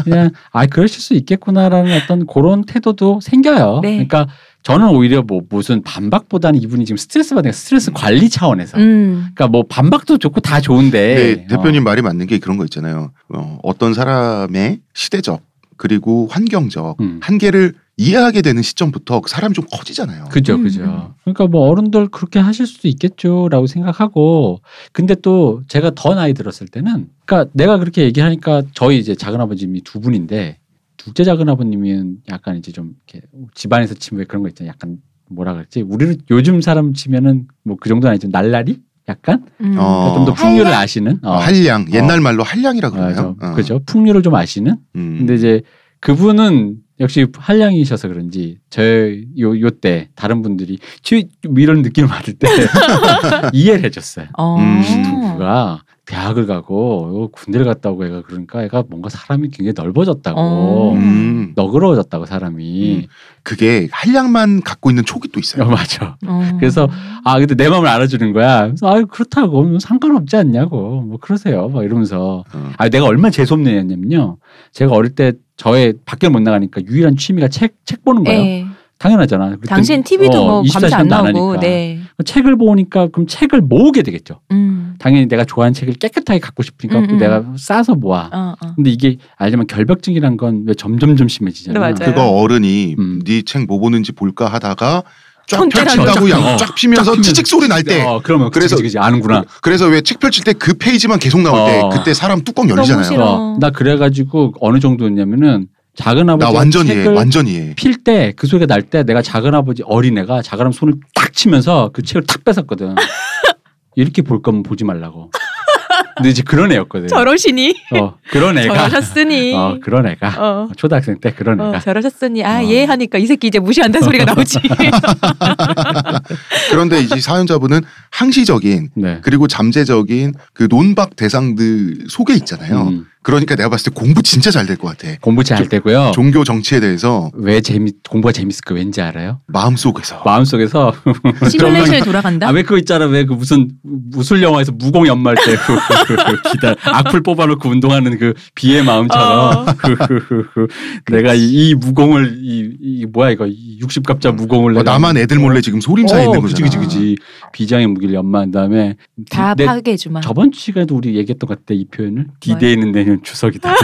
B: 그냥 아 그러실 수 있겠구나라는 어떤 그런 태도도 생겨요.
C: 네.
B: 그러니까 저는 오히려 뭐 무슨 반박보다는 이분이 지금 스트레스 받는 게 스트레스 관리 차원에서.
C: 음.
B: 그러니까 뭐 반박도 좋고 다
A: 네,
B: 좋은데 어.
A: 대표님 말이 맞는 게 그런 거 있잖아요. 어, 어떤 사람의 시대적 그리고 환경적
B: 음.
A: 한계를 이해하게 되는 시점부터 그 사람이 좀 커지잖아요.
B: 그죠,
C: 음.
B: 그죠. 그러니까 뭐 어른들 그렇게 하실 수도 있겠죠라고 생각하고, 근데 또 제가 더 나이 들었을 때는, 그러니까 내가 그렇게 얘기하니까 저희 이제 작은 아버님이 두 분인데 둘째 작은 아버님은 약간 이제 좀 이렇게 집안에서 치면 왜 그런 거 있잖아요. 약간 뭐라 그랬지? 우리는 요즘 사람 치면은 뭐 그 정도는 아니지만 날라리? 약간
C: 음.
A: 어.
B: 좀 더 풍류를 아시는. 어.
A: 어, 한량, 옛날 말로 한량이라
B: 아, 저-
A: 그러나요? 어.
B: 그죠. 풍류를 좀 아시는.
A: 음.
B: 근데 이제 그분은 역시 한량이셔서 그런지 저요 요때 다른 분들이 치- 이런 느낌을 받을 때 이해를 해줬어요.
C: 어.
A: 음.
B: 누가 대학을 가고 어, 군대를 갔다 오고 애가 그러니까 애가 뭔가 사람이 굉장히 넓어졌다고
C: 어.
A: 음,
B: 너그러워졌다고 사람이
A: 그게 한량만 갖고 있는 촉이 또
B: 어,
A: 있어요.
B: 맞아
C: 어.
B: 그래서 아 근데 내 마음을 알아주는 거야 그래서 아 그렇다고 뭐 상관없지 않냐고 뭐 그러세요 막 이러면서
A: 어.
B: 아 내가 얼마나 재수없느냐면요 제가 어릴 때 저의 밖에 못 나가니까 유일한 취미가 책 책 보는 거예요
C: 예.
B: 당연하잖아 그때,
C: 당신 TV도
B: 어,
C: 뭐 밤새
B: 24시간도
C: 안
B: 안
C: 나오고,
B: 하니까.
C: 네.
B: 책을 보니까 그럼 책을 모으게 되겠죠
C: 음.
B: 당연히 내가 좋아하는 책을 깨끗하게 갖고 싶으니까
C: 음, 음.
B: 내가 싸서 모아
C: 어, 어.
B: 근데 이게 알지만 결벽증이란 건 왜 점점점 심해지잖아요.
C: 네, 맞아요.
A: 그거 어른이
B: 음.
A: 네 책 뭐 보는지 볼까 하다가 쫙
C: 손때려
A: 펼친다고
B: 쫙
A: 양
B: 어.
A: 쫙 피면서
B: 쫙
A: 치직 소리 날 때.
B: 어, 그러면
A: 그래서-
B: 그래서 그지 아는구나.
A: 그래서 왜 책 펼칠 때 그 페이지만 계속 나올 때
B: 어.
A: 그때 사람 뚜껑
C: 너무
A: 열리잖아요.
C: 싫어.
B: 어, 나 그래가지고 어느 정도였냐면은 작은 아버지
A: 나 완전히 해,
B: 책을
A: 완전히 해.
B: 필 때 그 소리가 날 때 내가 작은 아버지 어린 애가 작은 아버지 손을 딱 치면서 그 책을 탁 뺏었거든. 이렇게 볼 거면 보지 말라고. 근데 이제 그런 애였거든.
C: 저러시니?
B: 어, 그런 애가.
C: 저러셨으니?
B: 어, 그런 애가.
C: 어.
B: 초등학생 때 그런
C: 어,
B: 애가.
C: 저러셨으니
B: 어.
C: 아예 하니까 이 새끼 이제 무시한다는 소리가 나오지.
A: 그런데 이 사연자분은 항시적인
B: 네.
A: 그리고 잠재적인 그 논박 대상들 속에 있잖아요.
B: 음,
A: 그러니까 내가 봤을 때 공부 진짜 잘 될 것 같아.
B: 공부 잘 되고요.
A: 종교 정치에 대해서
B: 왜 재미 공부가 재밌을까 왠지 알아요?
A: 마음속에서
B: 마음속에서
C: 시뮬레이션에 돌아간다.
B: 아 왜 그거 있잖아 왜 그 무슨 무술 영화에서 무공 연마할 때그 기다 악플 뽑아놓고 운동하는 그 비의 마음처럼 그, 내가 이, 이 무공을 이, 이 뭐야 이거 60갑자 무공을
A: 어,
B: 내가
A: 나만 애들 몰래 지금 소림사 에
B: 어,
A: 있는
B: 그치
A: 거잖아.
B: 그치 그치 비장의 무기를 연마한 다음에
C: 다
B: 내-
C: 파괴해 주마.
B: 저번 시간에도 우리 얘기했던 것 같아 이 표현을 디데이는 내년 추석이다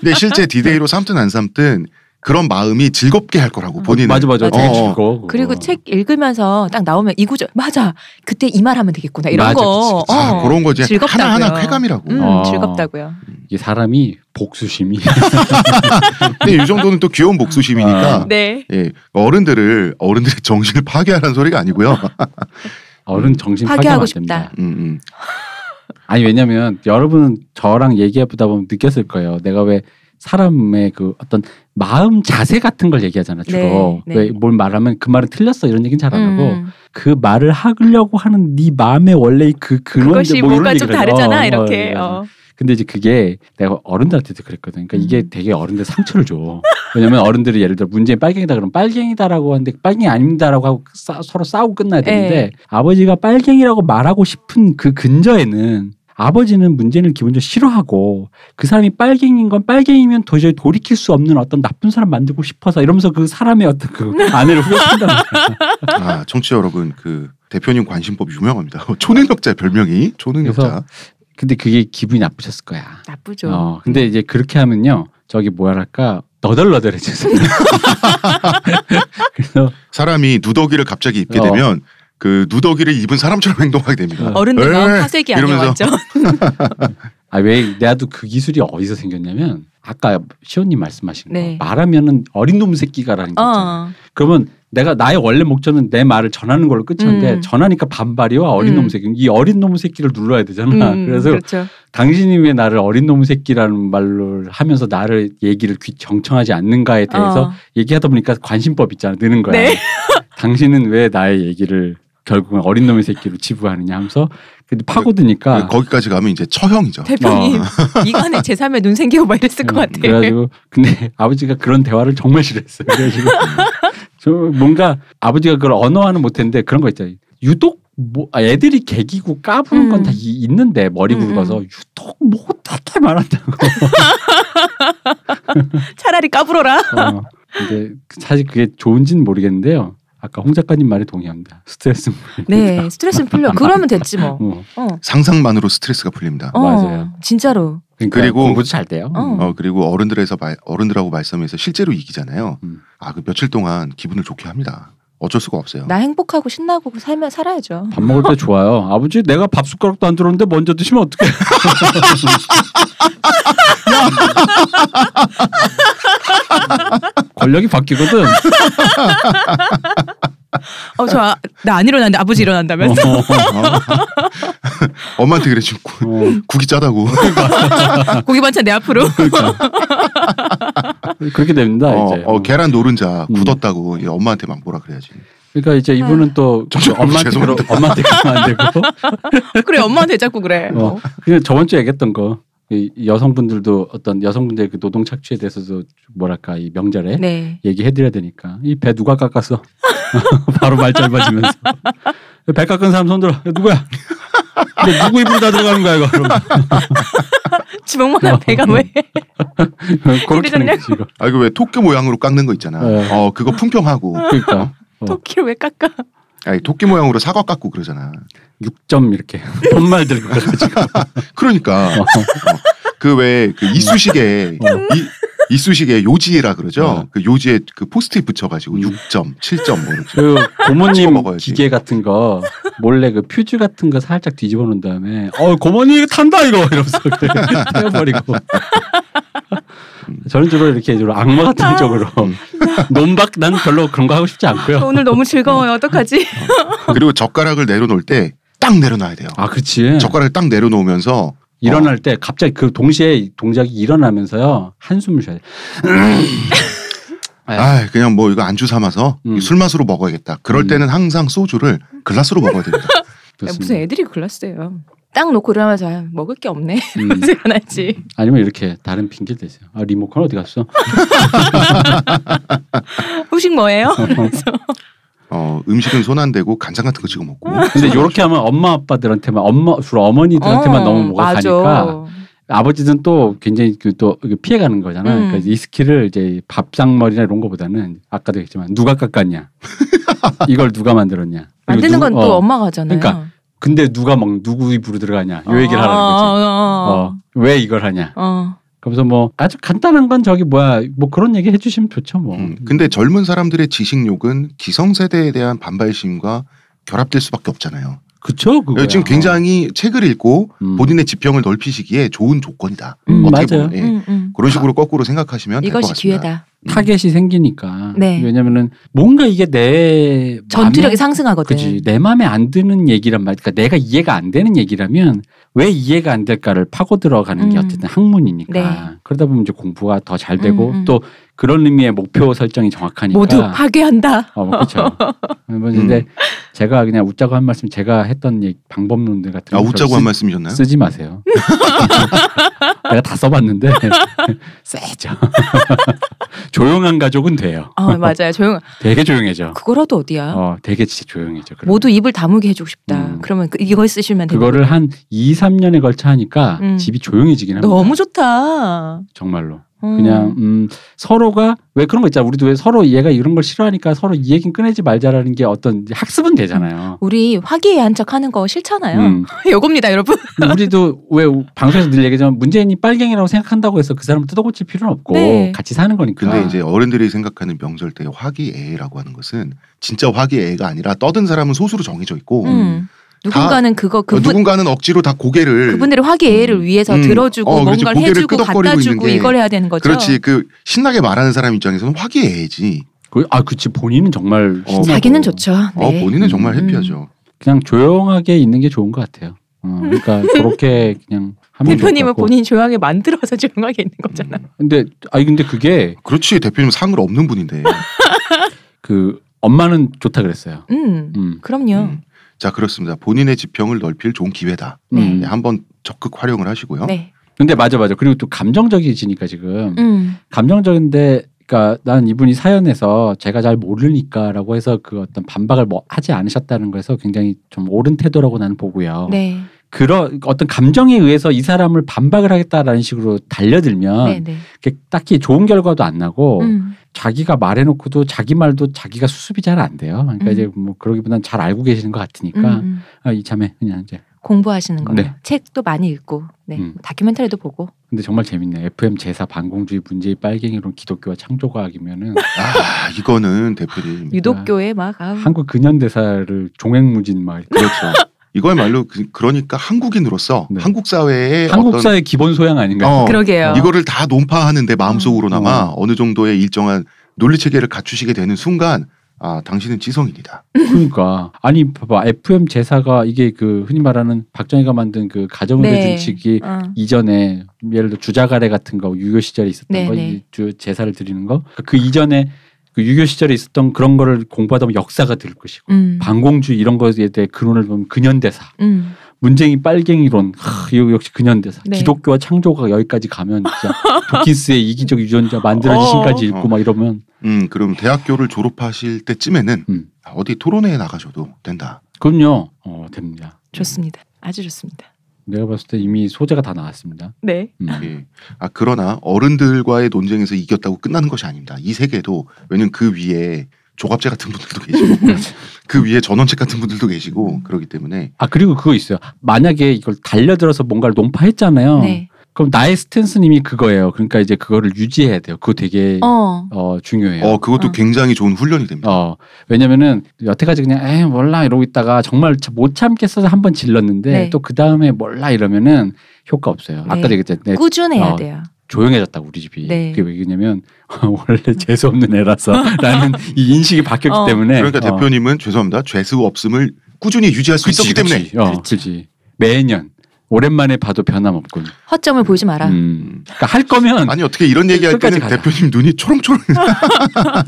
A: 근데 실제 디데이로 삼든 안 삼든 그런 마음이 즐겁게 할 거라고
C: 음.
A: 본인은.
B: 맞아 맞아 되게
A: 어.
B: 즐거워 그거.
C: 그리고 책 읽으면서 딱 나오면 이 구절 맞아. 그때 이 말 하면 되겠구나. 이런
B: 맞아,
C: 거.
B: 그치, 그치.
A: 아,
C: 어.
A: 그런 거지.
C: 즐겁다고요.
A: 하나하나 쾌감이라고.
C: 음,
B: 어.
C: 즐겁다고요.
B: 이게 사람이 복수심이
A: 근데 이 정도는 또 귀여운 목수심이니까
B: 아.
C: 네.
A: 예, 어른들을 어른들의 정신을 파괴하라는 소리가 아니고요.
B: 어른 정신 파괴하면
C: 파괴하고
B: 안 됩니다.
C: 싶다.
A: 음, 음.
B: 아니 왜냐면 여러분은 저랑 얘기하다 보면 느꼈을 거예요. 내가 왜 사람의 그 어떤 마음 자세 같은 걸 얘기하잖아 주로
C: 네, 네.
B: 왜 뭘 말하면 그 말은 틀렸어 이런 얘기는 잘 안 하고
C: 음.
B: 그 말을 하려고 하는 네 마음의 원래 그 근원
C: 그것이
B: 뭐 이런
C: 뭔가 좀
B: 얘기를 하죠.
C: 다르잖아.
B: 어,
C: 이렇게.
B: 어,
C: 어.
B: 근데 이제 그게 내가 어른들한테도 그랬거든. 그러니까 이게
C: 음.
B: 되게 어른들 상처를 줘. 왜냐면 어른들이 예를 들어 문재인 빨갱이다 그러면 빨갱이다라고 하는데 빨갱이 아닙니다라고 하고 그 싸- 서로 싸우고 끝나야 되는데
C: 예.
B: 아버지가 빨갱이라고 말하고 싶은 그 근저에는 아버지는 문재인을 기본적으로 싫어하고 그 사람이 빨갱인 이건 빨갱이면 도저히 돌이킬 수 없는 어떤 나쁜 사람 만들고 싶어서 이러면서 그 사람의 어떤 그 아내를 후려친다.
A: 아, 청취자 여러분, 그 대표님 관심법 유명합니다. 초능력자 별명이 초능력자.
B: 근데 그게 기분이 나쁘셨을 거야.
C: 나쁘죠.
B: 어, 근데 이제 그렇게 하면요. 저기 뭐랄까 너덜너덜해져서 그래서
A: 사람이 누더기를 갑자기 입게
B: 어.
A: 되면 그 누더기를 입은 사람처럼 행동하게 됩니다.
B: 어.
C: 어른들 마음
A: 에이,
C: 파쇄기 아니야
A: 이러면서.
C: 완전.
B: 아왜 나도 그 기술이 어디서 생겼냐면 아까 시온님 말씀하신 거
C: 네.
B: 말하면은 어린 놈 새끼가라는 게 있잖아요.
C: 어.
B: 그러면 내가 나의 원래 목적은 내 말을 전하는 걸로 끝이었는데
C: 음.
B: 전하니까 반발이와 어린
C: 음.
B: 놈 새끼 이 어린 놈 새끼를 눌러야 되잖아.
C: 음,
B: 그래서
C: 그렇죠.
B: 당신이 왜 나를 어린 놈 새끼라는 말로 하면서 나를 얘기를 귀 정청하지 않는가에 대해서
C: 어.
B: 얘기하다 보니까 관심법 있잖아 느는 거야.
C: 네.
B: 당신은 왜 나의 얘기를 결국은 어린 놈의 새끼로 치부하느냐 하면서 근데
A: 그
B: 파고드니까
A: 거기까지 가면 이제 처형이죠.
C: 대표님 이간에 제3의 눈 생기고 막 이랬을 것 같아.
B: 음, 그래가지고 근데 아버지가 그런 대화를 정말 싫어했어요. 그래가지고 저 뭔가 아버지가 그걸 언어화는 못했는데 그런 거 있잖아요. 유독 뭐 아, 애들이 개기고 까부는 건 다
C: 음.
B: 있는데 머리
C: 음, 음.
B: 굵어서 유독 못하게 말한다고.
C: 차라리 까불어라.
B: 어, 근데 사실 그게 좋은지는 모르겠는데요. 아까 홍 작가님 말에 동의합니다. 스트레스.
C: 네, 스트레스는 풀려. 그러면 됐지 뭐.
B: 어,
C: 어.
A: 상상만으로 스트레스가 풀립니다.
C: 어,
B: 맞아요.
C: 진짜로.
B: 그러니까
A: 그리고-
B: 공부도 잘 돼요.
C: 어.
A: 어, 그리고 어른들에서 말, 어른들하고 말싸움에서 실제로 이기잖아요.
B: 음.
A: 아, 그 며칠 동안 기분을 좋게 합니다. 어쩔 수가 없어요.
C: 나 행복하고 신나고 살면 살아야죠.
B: 밥 먹을 때 좋아요. 아버지 내가 밥 숟가락도 안 들었는데 먼저 드시면 어떡해. 권력이 바뀌거든.
C: 어, 저 나 안 일어났는데 아버지 일어난다면서.
A: 엄마한테 그래 지금 구-
B: 어,
A: 국이 짜다고.
C: 고기 반찬 내 앞으로.
B: 그러니까. 그렇게 됩니다.
A: 어,
B: 이제.
A: 어, 계란 노른자
B: 음.
A: 굳었다고 이 엄마한테 막 뭐라 그래야지.
B: 그러니까 이제 이분은 또
A: 잠시만요.
B: 엄마한테 그러,
A: 죄송합니다.
B: 엄마한테 그러면 안 되고
C: 그래 엄마한테 자꾸 그래. 뭐.
B: 어. 그냥 저번 주에 얘기했던 거. 이 여성분들도 어떤 여성분들의 그 노동 착취에 대해서도 뭐랄까 이 명절에
C: 네.
B: 얘기해드려야 되니까 이 배 누가 깎았어? 바로 말 짧아지면서 배 깎은 사람 손들어 야, 누구야? 너 누구 입으로 다 들어가는 거야 이거? 그럼. 어.
C: 지방만한 배가 왜?
B: 그렇게 되는 거지 이거.
A: 아 이거 왜 토끼 모양으로 깎는 거 있잖아.
B: 네.
A: 어 그거 품평하고
B: 그러니까 어.
C: 토끼를 왜 깎아?
A: 아니, 토끼 모양으로 사과 깎고 그러잖아.
B: 6점 이렇게 본말 들고 가지고
A: 그러니까
B: 어.
A: 그 왜 그
B: 음.
A: 이쑤시개 이, 이쑤시개 요지라 그러죠.
B: 어.
A: 그 요지에 그 포스트잇 붙여가지고
B: 음.
A: 6점, 7점 뭐 이렇게.
B: 그
A: 찍어
B: 고모님
A: 먹어야지.
B: 기계 같은 거 몰래 그 퓨즈 같은 거 살짝 뒤집어 놓은 다음에 어 고모님 이거 탄다 이거 이러면서 그냥 떼어버리고 저는 주로 이렇게 주로 악마 같은 쪽으로
A: 음.
B: 논박 난 별로 그런 거 하고 싶지 않고요.
C: 오늘 너무 즐거워요. 어떡하지?
A: 그리고 젓가락을 내려놓을 때 딱 내려놔야 돼요.
B: 아 그렇지.
A: 젓가락을 딱 내려놓으면서
B: 일어날 때 갑자기 그 동시에 이 동작이 일어나면서요 한숨을 쉬어야 돼.
A: 아 그냥 뭐 이거 안주 삼아서
B: 네. 음.
A: 술 맛으로 먹어야겠다. 그럴
B: 음.
A: 때는 항상 소주를 글라스로 먹어야 됩니다.
C: 야,
B: 그렇습니다.
C: 아, 무슨 애들이 글렀어요. 딱 놓고 일어나면서 아, 먹을 게 없네.
B: 음.
C: 그래서 일어났지.
B: 아니면 이렇게 다른 핑계 대세요. 아 리모컨 어디 갔어?
C: 후식 뭐예요?
A: 어 음식은 손 안 대고 간장 같은 거 찍어 먹고.
B: 근데 이렇게 하면 엄마 아빠들한테만 엄마 주로 어머니들한테만
C: 어,
B: 너무 뭐가
C: 맞아.
B: 가니까 아버지는 또 굉장히 그 또 피해가는 거잖아.
C: 음.
B: 그러니까 이 스킬을 이제 밥상머리나 이런 거보다는 아까도 했지만 누가 깎았냐, 이걸 누가 만들었냐. 그리고
C: 만드는
B: 누-
C: 건 또
B: 어,
C: 엄마가 하잖아요.
B: 그러니까 근데 누가 먹 누구 입으로 들어가냐 요 얘기를 하라는 거지.
C: 어,
B: 어, 왜 이걸 하냐.
C: 어, 어.
B: 그래서 뭐 아주 간단한 건 저기 뭐야 뭐 그런 얘기 해주시면 좋죠 뭐.
A: 음, 근데 젊은 사람들의 지식욕은 기성세대에 대한 반발심과 결합될 수밖에 없잖아요.
B: 그쵸 그거.
A: 지금 굉장히 책을 읽고
B: 음.
A: 본인의 지평을 넓히시기에 좋은 조건이다.
B: 음,
A: 어떻게
B: 맞아요.
A: 보면, 예.
C: 음, 음.
A: 그런 식으로 거꾸로 생각하시면 될 것
C: 이것이
A: 같습니다.
C: 기회다.
B: 타겟이 생기니까.
C: 네.
B: 왜냐면은 뭔가 이게 내
C: 전투력이
B: 마음에-
C: 상승하거든.
B: 그지 내 마음에 안 드는 얘기란 말. 그러니까 내가 이해가 안 되는 얘기라면 왜 이해가 안 될까를 파고 들어가는 게
C: 음.
B: 어쨌든 학문이니까.
C: 네.
B: 그러다 보면 이제 공부가 더 잘 되고
C: 음, 음.
B: 또 그런 의미의 목표 설정이 정확하니까.
C: 모두 파괴한다.
B: 어, 그렇죠. 근데
A: 음.
B: 제가 그냥 웃자고 한 말씀 제가 했던 얘기, 방법론들 같은
A: 아
B: 거
A: 웃자고
B: 쓰-
A: 한 말씀이셨나요?
B: 쓰지 마세요. 내가 다 써봤는데 세죠. 조용한 가족은 돼요.
C: 어, 맞아요. 조용.
B: 되게 조용해져.
C: 그거라도 어디야.
B: 어, 되게 진짜 조용해져. 그러면.
C: 모두 입을 다물게 해주고 싶다.
B: 음.
C: 그러면 그- 이걸 쓰시면 되는
B: 그거를 한 2, 3년에 걸쳐 하니까
C: 음.
B: 집이 조용해지긴 합니다.
C: 너무 좋다. 음.
B: 정말로. 그냥 음, 서로가 왜 그런 거 있잖아. 우리도 왜 서로 얘가 이런 걸 싫어하니까 서로 이 얘기는 꺼내지 말자라는 게 어떤 학습은 되잖아요.
C: 우리 화기애애한 척하는 거 싫잖아요.
B: 음.
C: 요겁니다, 여러분.
B: 근데 우리도 왜 방송에서 늘 얘기하지만 문재인이 빨갱이라고 생각한다고 해서 그 사람을 뜯어고칠 필요는 없고
C: 네.
B: 같이 사는 거니까.
A: 근데 이제 어른들이 생각하는 명절 때 화기애애라고 하는 것은 진짜 화기애애가 아니라 떠든 사람은 소수로 정해져 있고
C: 음. 누군가는 그거
A: 어,
C: 그분
A: 누군가는 억지로 다 고개를
C: 그분들의 화기애애를 위해서
A: 음.
C: 들어주고
A: 어, 그렇지.
C: 뭔가를
A: 고개를
C: 해주고
A: 끄덕거리고
C: 갖다주고
A: 있는 게-
C: 이걸 해야 되는 거죠.
A: 그렇지 그 신나게 말하는 사람 입장에서는 화기애애지.
B: 그- 아, 그치. 본인은 정말
A: 어.
B: 신나고
C: 음. 자기는 좋죠.
A: 어
C: 네.
A: 본인은 정말
C: 음.
A: 해피하죠.
B: 그냥 조용하게 있는 게 좋은 것 같아요. 어, 그러니까 그렇게 그냥 하면 좋을 것
C: 대표님은
B: 같고.
C: 본인 조용하게 만들어서 조용하게 있는 거잖아.
A: 음.
B: 근데 아니 근데 그게
A: 그렇지 대표님 상을 없는 분인데.
B: 그 엄마는 좋다 그랬어요.
C: 음,
B: 음.
C: 그럼요.
A: 음. 자 그렇습니다. 본인의 지평을 넓힐 좋은 기회다.
B: 음.
A: 네, 한번 적극 활용을 하시고요.
C: 네.
B: 근데 맞아 맞아. 그리고 또 감정적이지니까 지금
C: 음.
B: 감정적인데 그러니까 난 이분이 사연에서 제가 잘 모르니까라고 해서 그 어떤 반박을 뭐 하지 않으셨다는 거에서 굉장히 좀 옳은 태도라고 나는
A: 어.
B: 보고요.
C: 네.
B: 그런 어떤 감정에 의해서 이 사람을 반박을 하겠다라는 식으로
A: 아,
B: 달려들면
C: 네. 네.
B: 그게 딱히 좋은 결과도 안 나고
A: 뭐,
C: 음.
B: 자기가 말해놓고도 자기 말도 자기가 수습이 잘 안 돼요. 그러니까
C: 음.
B: 이제 뭐 그러기보단 잘 알고 계시는 것 같으니까
A: 그러니까
C: 음, 음.
B: 아, 이참에 그냥 이제
C: 공부하시는 걸로.
B: 네.
C: 책도 많이 읽고. 네.
B: 음.
C: 다큐멘터리도 보고.
B: 근데 정말 재밌네. FM 제사 반공주의 문제의 빨갱이론 기독교와
C: 음.
B: 창조과학이면은
A: 아 이거는 대표님
C: 유독교에 막 아우.
B: 한국 근현대사를 종횡무진 막 이렇게.
A: 그렇죠. 이거야말로 그, 그러니까 한국인으로서
B: 네.
A: 한국 사회의
B: 한국
A: 어떤
B: 사의 기본 소양 아닌가? 요
A: 어,
C: 그러게요.
A: 이거를 다 논파하는데 마음속으로나마 어. 느 정도의 일정한 논리 체계를 갖추시게 되는 순간 아 당신은 지성인이다.
B: 그러니까 아니 봐봐 FM 제사가 이게 그 흔히 말하는 박정희가 만든 그 가정의대
C: 네.
B: 준칙이
C: 어.
B: 이전에 예를 들어 주자가래 같은 거 유교 시절에 있었던
C: 네,
B: 거
C: 네.
B: 이 주- 제사를 드리는 거 그 이전에 그 유교 시절에 있었던 그런 거를 공부하다 보면 역사가 들 것이고
C: 음.
B: 반공주 이런 거에 대해 근원을 보면 근현대사
C: 음.
B: 문쟁이 빨갱이론 하, 이거 역시 근현대사
C: 네.
B: 기독교와 창조가 여기까지 가면 진짜 도킨스의 이기적 유전자 만들어진
C: 어.
B: 신까지 읽고 막 이러면
A: 음, 그럼 대학교를 졸업하실 때쯤에는 아,
B: 음.
A: 어디 토론회에 나가셔도 된다.
B: 그럼요 어, 됩니다.
C: 좋습니다. 음. 아주 좋습니다.
B: 내가 봤을 때 이미 소재가 다 나왔습니다.
C: 네.
B: 음.
A: 예. 아 그러나 어른들과의 논쟁에서 이겼다고 끝나는 것이 아닙니다. 이 세계도 왜냐면 그 위에 조갑제 같은 분들도 계시고 그 위에 전원책 같은 분들도 계시고 그러기 때문에
B: 아 그리고 그거 있어요. 만약에 이걸 달려들어서 뭔가를
A: 어.
B: 논파했잖아요.
C: 네.
B: 그럼 나의 스탠스는 이미 그거예요. 그러니까 이제 그거를 유지해야 돼요. 그거 되게 어,
C: 어.
B: 중요해요.
A: 어 그것도
C: 어.
A: 굉장히 좋은 훈련이 됩니다.
B: 어 왜냐면은 여태까지 그냥 에이 몰라 이러고 있다가 정말 참- 못 참겠어서 한 번 질렀는데
C: 네.
B: 또 그 다음에 몰라 이러면은 효과 없어요. 아까
C: 네.
B: 얘기했잖아요. 내
C: 꾸준해야
B: 어.
C: 돼요.
B: 조용해졌다고 우리 집이
C: 네.
B: 그게 왜 그러냐면 원래 재수 없는 애라서라는 이 인식이 바뀌었기
C: 어.
B: 때문에
A: 그러니까
B: 어,
A: 대표님은 죄송합니다. 죄수 없음을 꾸준히 유지할 수
B: 그치,
A: 있었기
B: 그치.
A: 때문에
B: 어, 그렇지 매년 오랜만에 봐도 변함없군.
C: 허점을 보이지 마라.
B: 음. 그러니까 할 거면
A: 아니 어떻게 이런 얘기할
B: 끝까지
A: 때는
B: 가자.
A: 대표님 눈이 초롱초롱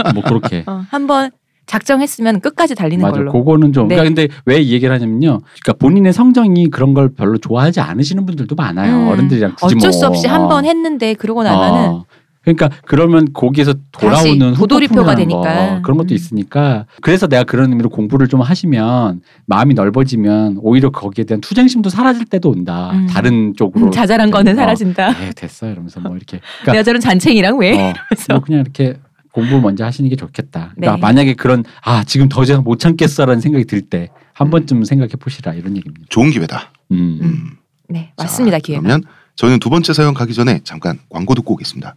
A: 아,
B: 뭐 그렇게
C: 어, 한번 작정했으면 끝까지 달리는
B: 맞아.
C: 걸로.
B: 그거는 좀.
C: 네.
B: 그러니까 근데 왜 이 얘기를 하냐면요. 그러니까 본인의 성정이 그런 걸 별로 좋아하지 않으시는 분들도 많아요.
C: 음.
B: 어른들이랑 굳이 뭐.
C: 어쩔 수 없이
A: 아.
C: 한 번 했는데 그러고 나면은
B: 어. 그러니까 그러면 거기에서 돌아오는
C: 다시 도돌이표가
B: 후폭풍이라는 거,
C: 되니까.
B: 그런 것도
C: 음.
B: 있으니까 그래서 내가 그런 의미로 공부를 좀 하시면 마음이 넓어지면 오히려 거기에 대한 투쟁심도 사라질 때도 온다.
C: 음.
B: 다른 쪽으로
C: 음, 자잘한
A: 아.
C: 거는
B: 어,
C: 사라진다.
B: 에 됐어 이러면서 뭐 이렇게
A: 그러니까
C: 내가 저런 잔챙이랑 왜?
B: 어,
A: 음.
B: 뭐 그냥 이렇게 공부 먼저 하시는 게 좋겠다. 그러니까
C: 그렇죠. 네.
B: 만약에 그런 아 지금 더 이상 못 참겠어라는 생각이 들 때
C: 음.
B: 한 번쯤 생각해 보시라 이런 얘기입니다.
A: 좋은 기회다.
B: 음.
A: 음.
C: 네, 맞습니다
A: 자,
C: 기회가.
A: 그러면 저희는 두 번째 사연 가기 전에 잠깐 광고 듣고 오겠습니다.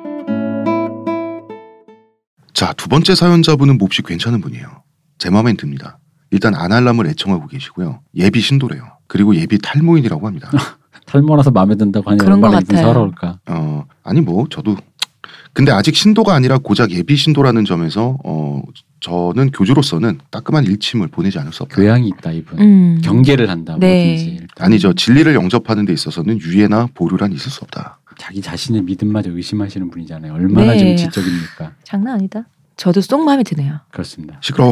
A: 자, 두 번째 사연자분은 몹시 괜찮은 분이에요. 제 마음엔 듭니다. 일단 아날람을 애청하고 계시고요. 예비 신도래요. 그리고 예비 탈모인이라고 합니다.
B: 탈모라서 마음에 든다고 하니
C: 그런 것
B: 얼마나 이분
C: 같아요.
B: 서러울까.
A: 어, 아니 뭐 저도 근데 아직 신도가 아니라 고작 예비 신도라는 점에서 어, 저는 교주로서는 따끔한 일침을 보내지 않을 수 없다.
B: 교양이 있다 이분.
C: 음.
B: 경계를 한다
C: 네.
B: 뭐든지. 일단
A: 아니죠. 진리를 영접하는 데 있어서는 유예나 보류란 있을 수 없다.
B: 자기 자신의 믿음마저 의심하시는 분이잖아요. 얼마나
C: 네.
B: 지금 지적입니까?
C: 장난 아니다. 저도 쏙 마음에 드네요.
B: 그렇습니다.
A: 시끄러워.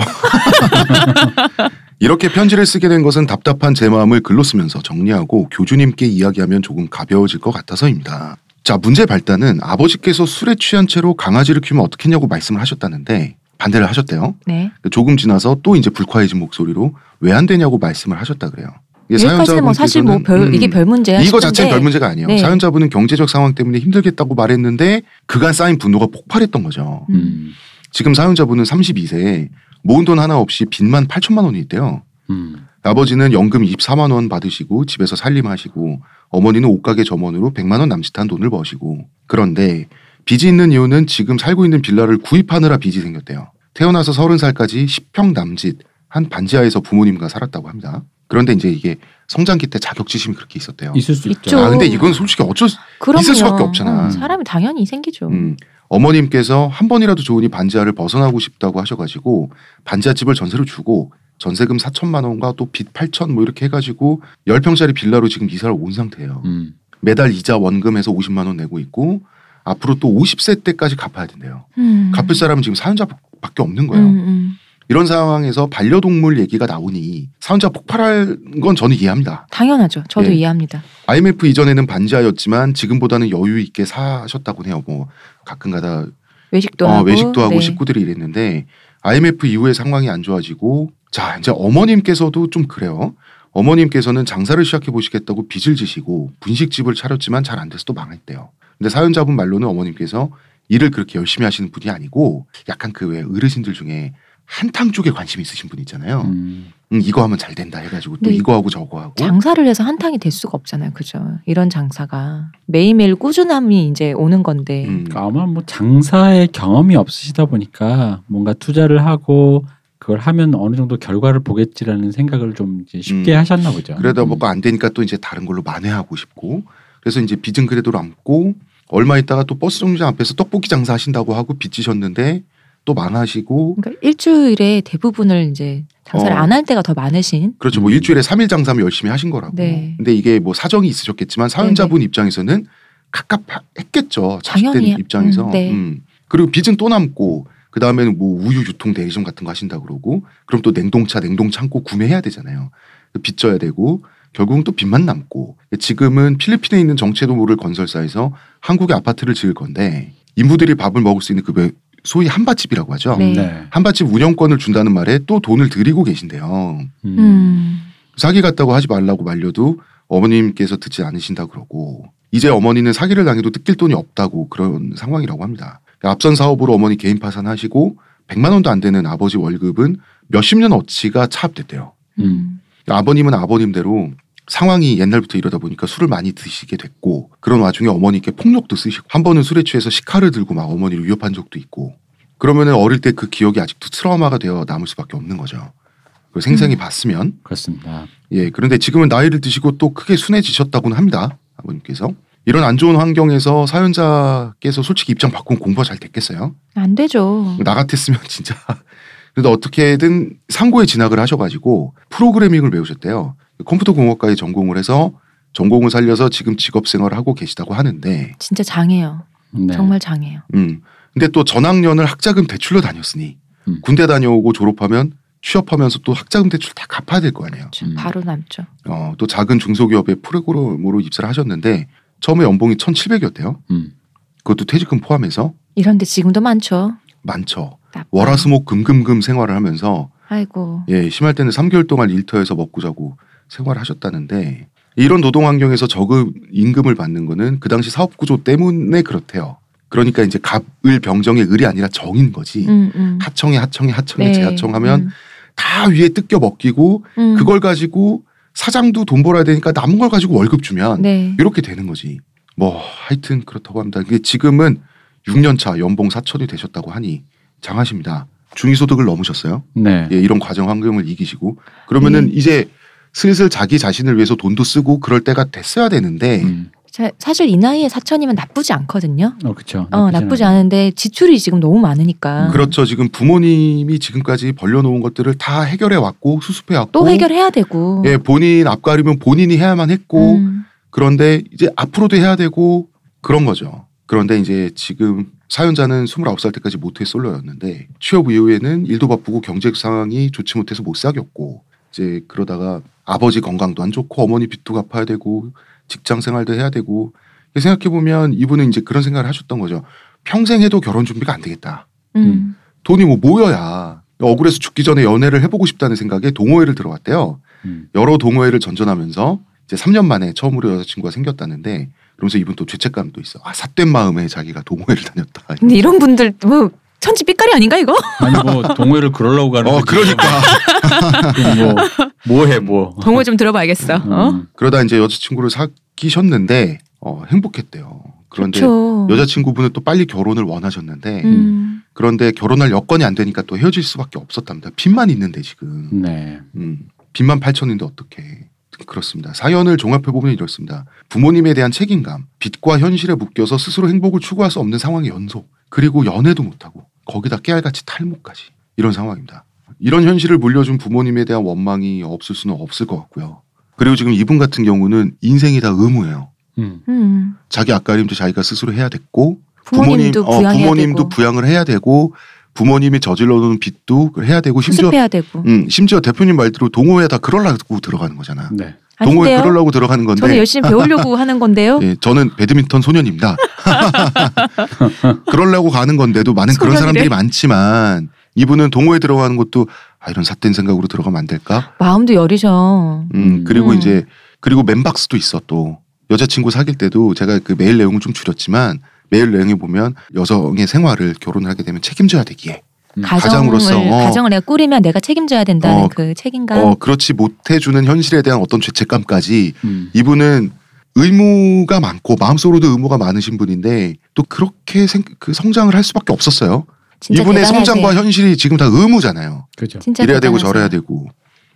A: 이렇게 편지를 쓰게 된 것은 답답한 제 마음을 글로 쓰면서 정리하고 교주님께 이야기하면 조금 가벼워질 것 같아서입니다. 자, 문제 발단은 아버지께서 술에 취한 채로 강아지를 키우면 어떻겠냐고 말씀을 하셨다는데 반대를 하셨대요.
C: 네.
A: 조금 지나서 또 이제 불쾌해진 목소리로 왜 안 되냐고 말씀을 하셨다 그래요. 이게
C: 여기까지는 뭐 사실 뭐 별,
A: 사연자분께서는,
C: 이게
A: 음,
C: 별 문제야.
A: 이거
C: 싶은데
A: 자체는 별 문제가 아니에요.
C: 네.
A: 사연자분은 경제적 상황 때문에 힘들겠다고 말했는데 그간 쌓인 분노가 폭발했던 거죠.
C: 음.
B: 음.
A: 지금 사용자분은 32세에 모은 돈 하나 없이 빚만 8천만 원이 있대요.
B: 음.
A: 아버지는 연금 24만 원 받으시고 집에서 살림하시고 어머니는 옷가게 점원으로 100만 원 남짓한 돈을 버시고 그런데 빚이 있는 이유는 지금 살고 있는 빌라를 구입하느라 빚이 생겼대요. 태어나서 30살까지 10평 남짓 한 반지하에서 부모님과 살았다고 합니다. 그런데 이제 이게 성장기 때 자격지심이 그렇게 있었대요.
B: 있을 수 있죠.
C: 있죠.
A: 아 근데 이건 솔직히 어쩔 수
C: 그럼요.
A: 있을 수밖에 없잖아.
C: 어, 사람이 당연히 생기죠.
A: 음, 어머님께서 한 번이라도 좋으니 반지하를 벗어나고 싶다고 하셔가지고 반지하집을 전세로 주고 전세금 4천만 원과 또 빚 8천 뭐 이렇게 해가지고 10평짜리 빌라로 지금 이사를 온 상태예요.
B: 음.
A: 매달 이자 원금해서 50만 원 내고 있고 앞으로 또 50세 때까지 갚아야 된대요.
C: 음.
A: 갚을 사람은 지금 사연자밖에 없는 거예요.
C: 음, 음.
A: 이런 상황에서 반려동물 얘기가 나오니 사연자 폭발할 건 저는 이해합니다.
C: 당연하죠. 저도
A: 예.
C: 이해합니다.
A: IMF 이전에는 반지하였지만 지금보다는 여유 있게 사셨다고 해요. 뭐 가끔가다
C: 외식도
A: 어,
C: 하고
A: 외식도 하고
C: 네.
A: 식구들이 이랬는데 IMF 이후에 상황이 안 좋아지고 자 이제 어머님께서도 좀 그래요. 어머님께서는 장사를 시작해 보시겠다고 빚을 지시고 분식집을 차렸지만 잘 안 돼서 또 망했대요. 근데 사연자분 말로는 어머님께서 일을 그렇게 열심히 하시는 분이 아니고 약간 그 왜 어르신들 중에 한탕 쪽에 관심 이 있으신 분 있잖아요.
B: 음.
A: 음, 이거 하면 잘 된다 해가지고 또
C: 네.
A: 이거 하고 저거 하고
C: 장사를 해서 한탕이 될 수가 없잖아요. 그죠? 이런 장사가 매일매일 꾸준함이 이제 오는 건데.
A: 음,
B: 그러니까 아마 뭐 장사의 경험이 없으시다 보니까 뭔가 투자를 하고 그걸 하면 어느 정도 결과를 보겠지라는 생각을 좀 이제 쉽게
A: 음.
B: 하셨나 보죠.
A: 그러다
B: 음.
A: 뭐가 안 되니까 또 이제 다른 걸로 만회하고 싶고 그래서 이제 빚은 그래도 남고 얼마 있다가 또 버스 정류장 앞에서 떡볶이 장사 하신다고 하고 빚지셨는데 또 망하시고
C: 그러니까 일주일에 대부분을 이제 장사를
A: 어.
C: 안 할 때가 더 많으신.
A: 그렇죠 뭐 일주일에 삼일 장사면 열심히 하신 거라고
C: 네.
A: 근데 이게 뭐 사정이 있으셨겠지만 사연자분 입장에서는 갑갑했겠죠 자식된
C: 당연히.
A: 입장에서
C: 음, 네.
A: 음. 그리고 빚은 또 남고 그 다음에는 뭐 우유 유통 대리점 같은 거 하신다 그러고 그럼 또 냉동차 냉동 창고 구매해야 되잖아요 빚져야 되고 결국은 또 빚만 남고 지금은 필리핀에 있는 정체도 모를 건설사에서 한국에 아파트를 지을 건데 인부들이 밥을 먹을 수 있는 그 소위 한밭집이라고 하죠
C: 네.
B: 네.
A: 한밭집 운영권을 준다는 말에 또 돈을 들이고 계신데요
B: 음.
C: 음.
A: 사기 같다고 하지 말라고 말려도 어머님께서 듣지 않으신다 그러고 이제 어머니는 사기를 당해도 뜯길 돈이 없다고 그런 상황이라고 합니다. 그러니까 앞선 사업으로 어머니 개인 파산하시고 100만 원도 안 되는 아버지 월급은 몇십 년 어치가 차압됐대요. 그러니까
B: 음.
A: 아버님은 아버님대로 상황이 옛날부터 이러다 보니까 술을 많이 드시게 됐고 그런 와중에 어머니께 폭력도 쓰시고 한 번은 술에 취해서 시카를 들고 막 어머니를 위협한 적도 있고 그러면은 어릴 때 그 기억이 아직도 트라우마가 되어 남을 수밖에 없는 거죠. 그걸 생생히 봤으면
B: 그렇습니다.
A: 예, 그런데 지금은 나이를 드시고 또 크게 순해지셨다고는 합니다. 아버님께서. 이런 안 좋은 환경에서 사연자께서 솔직히 입장 바꾸면 공부가 잘 됐겠어요?
C: 안 되죠.
A: 나 같았으면 진짜. 그래도 어떻게든 상고에 진학을 하셔가지고 프로그래밍을 배우셨대요. 컴퓨터 공학과에 전공을 해서 전공을 살려서 지금 직업 생활을 하고 계시다고 하는데,
C: 진짜 장해요.
B: 네.
C: 정말 장해요.
A: 음. 근데 또 전학년을 학자금 대출로 다녔으니
B: 음.
A: 군대 다녀오고 졸업하면 취업하면서 또 학자금 대출 다 갚아야 될 거 아니에요.
B: 음.
C: 바로 남죠.
A: 어, 또 작은 중소기업의 프로그램으로 입사를 하셨는데 처음에 연봉이 1,700이었대요.
B: 음.
A: 그것도 퇴직금 포함해서
C: 이런 데 지금도 많죠.
A: 많죠.
C: 나빠.
A: 월화수목 금금금 생활을 하면서
C: 아이고.
A: 예, 심할 때는 3개월 동안 일터에서 먹고 자고 생활을 하셨다는데 이런 노동 환경에서 저급 임금을 받는 거는 그 당시 사업 구조 때문에 그렇대요. 그러니까 이제 갑을 병정의 을이 아니라 정인 거지.
C: 음, 음.
A: 하청에 하청에 하청에
C: 네.
A: 재하청하면
C: 음,
A: 다 위에 뜯겨 먹기고
C: 음.
A: 그걸 가지고 사장도 돈 벌어야 되니까 남은 걸 가지고 월급 주면
C: 네.
A: 이렇게 되는 거지. 뭐 하여튼 그렇다고 합니다. 이게 지금은 6년 차 연봉 4천이 되셨다고 하니 장하십니다. 중위소득을 넘으셨어요.
B: 네.
A: 예, 이런 과정 환경을 이기시고 그러면은 이제 슬슬 자기 자신을 위해서 돈도 쓰고 그럴 때가 됐어야 되는데
B: 음.
C: 자, 사실 이 나이에 사천이면 나쁘지 않거든요.
B: 어, 그렇죠.
C: 어, 나쁘지 않은데 지출이 지금 너무 많으니까
A: 그렇죠. 지금 부모님이 지금까지 벌려놓은 것들을 다 해결해 왔고 수습해 왔고
C: 또 해결해야 되고.
A: 예, 본인 앞가림은 본인이 해야만 했고
C: 음.
A: 그런데 이제 앞으로도 해야 되고 그런 거죠. 그런데 이제 지금 사연자는 29살 때까지 모태 솔로였는데 취업 이후에는 일도 바쁘고 경제 상황이 좋지 못해서 못 사귀었고 이제 그러다가 아버지 건강도 안 좋고 어머니 빚도 갚아야 되고 직장 생활도 해야 되고 생각해 보면 이분은 이제 그런 생각을 하셨던 거죠. 평생 해도 결혼 준비가 안 되겠다.
C: 음.
A: 돈이 뭐 모여야 억울해서 죽기 전에 연애를 해보고 싶다는 생각에 동호회를 들어갔대요.
B: 음.
A: 여러 동호회를 전전하면서 이제 3년 만에 처음으로 여자친구가 생겼다는데 그러면서 이분 또 죄책감도 있어. 아 삿된 마음에 자기가 동호회를 다녔다.
C: 근데 이런 분들 뭐 천지 삐까리 아닌가 이거?
B: 아니 뭐 동호회를 그러려고 가는
A: 어
B: 거지.
A: 그러니까
B: 뭐 뭐해 뭐.
C: 동호 좀 들어봐야겠어. 어?
B: 음.
A: 그러다 이제 여자친구를 사귀셨는데 어, 행복했대요. 그런데
C: 좋죠.
A: 여자친구분은 또 빨리 결혼을 원하셨는데
C: 음.
A: 그런데 결혼할 여건이 안 되니까 또 헤어질 수밖에 없었답니다. 빚만 있는데 지금
B: 네.
A: 음, 빚만 8천인데 어떻게? 그렇습니다. 사연을 종합해 보면 이렇습니다. 부모님에 대한 책임감, 빚과 현실에 묶여서 스스로 행복을 추구할 수 없는 상황의 연속, 그리고 연애도 못하고 거기다 깨알같이 탈모까지 이런 상황입니다. 이런 현실을 물려준 부모님에 대한 원망이 없을 수는 없을 것 같고요. 그리고 지금 이분 같은 경우는 인생이 다 의무예요.
B: 음.
C: 음.
A: 자기 앞가림도 자기가 스스로 해야 됐고
C: 부모님도
A: 부모님, 어,
C: 부양해야
A: 부모님도
C: 되고
A: 부양을 해야 되고 부모님이 저질러놓은 빚도 해야 되고 심지어
C: 수습해야 되고.
A: 음, 심지어 대표님 말대로 동호회 다 그러려고 들어가는 거잖아.
B: 네.
A: 동호회
C: 아닌데요?
A: 그러려고 들어가는 건데.
C: 저는 열심히 배우려고 하는 건데요.
A: 예, 저는 배드민턴 소년입니다. 그러려고 가는 건데도 많은 그런
C: 소년이래.
A: 사람들이 많지만 이분은 동호회 들어가는 것도 아 이런 삿된 생각으로 들어가면 안 될까?
C: 마음도 여리죠.
A: 음,
B: 음.
A: 그리고
C: 음.
A: 이제 그리고 멤박스도 있어 또 여자친구 사귈 때도 제가 그 메일 내용을 좀 줄였지만 메일 내용에 보면 여성의 생활을 결혼을 하게 되면 책임져야 되기에
B: 음.
C: 가정을
A: 가장으로서, 어.
C: 가정을 내가 꾸리면 내가 책임져야 된다는
A: 어,
C: 그 책임감.
A: 어 그렇지 못해주는 현실에 대한 어떤 죄책감까지
B: 음.
A: 이분은 의무가 많고 마음속으로도 의무가 많으신 분인데 또 그렇게 생, 그 성장을 할 수밖에 없었어요.
C: 진짜
A: 이분의
C: 대단하세요.
A: 성장과 현실이 지금 다 의무잖아요.
B: 그죠.
C: 진짜
A: 이래야 되고
C: 대단하세요.
A: 저래야 되고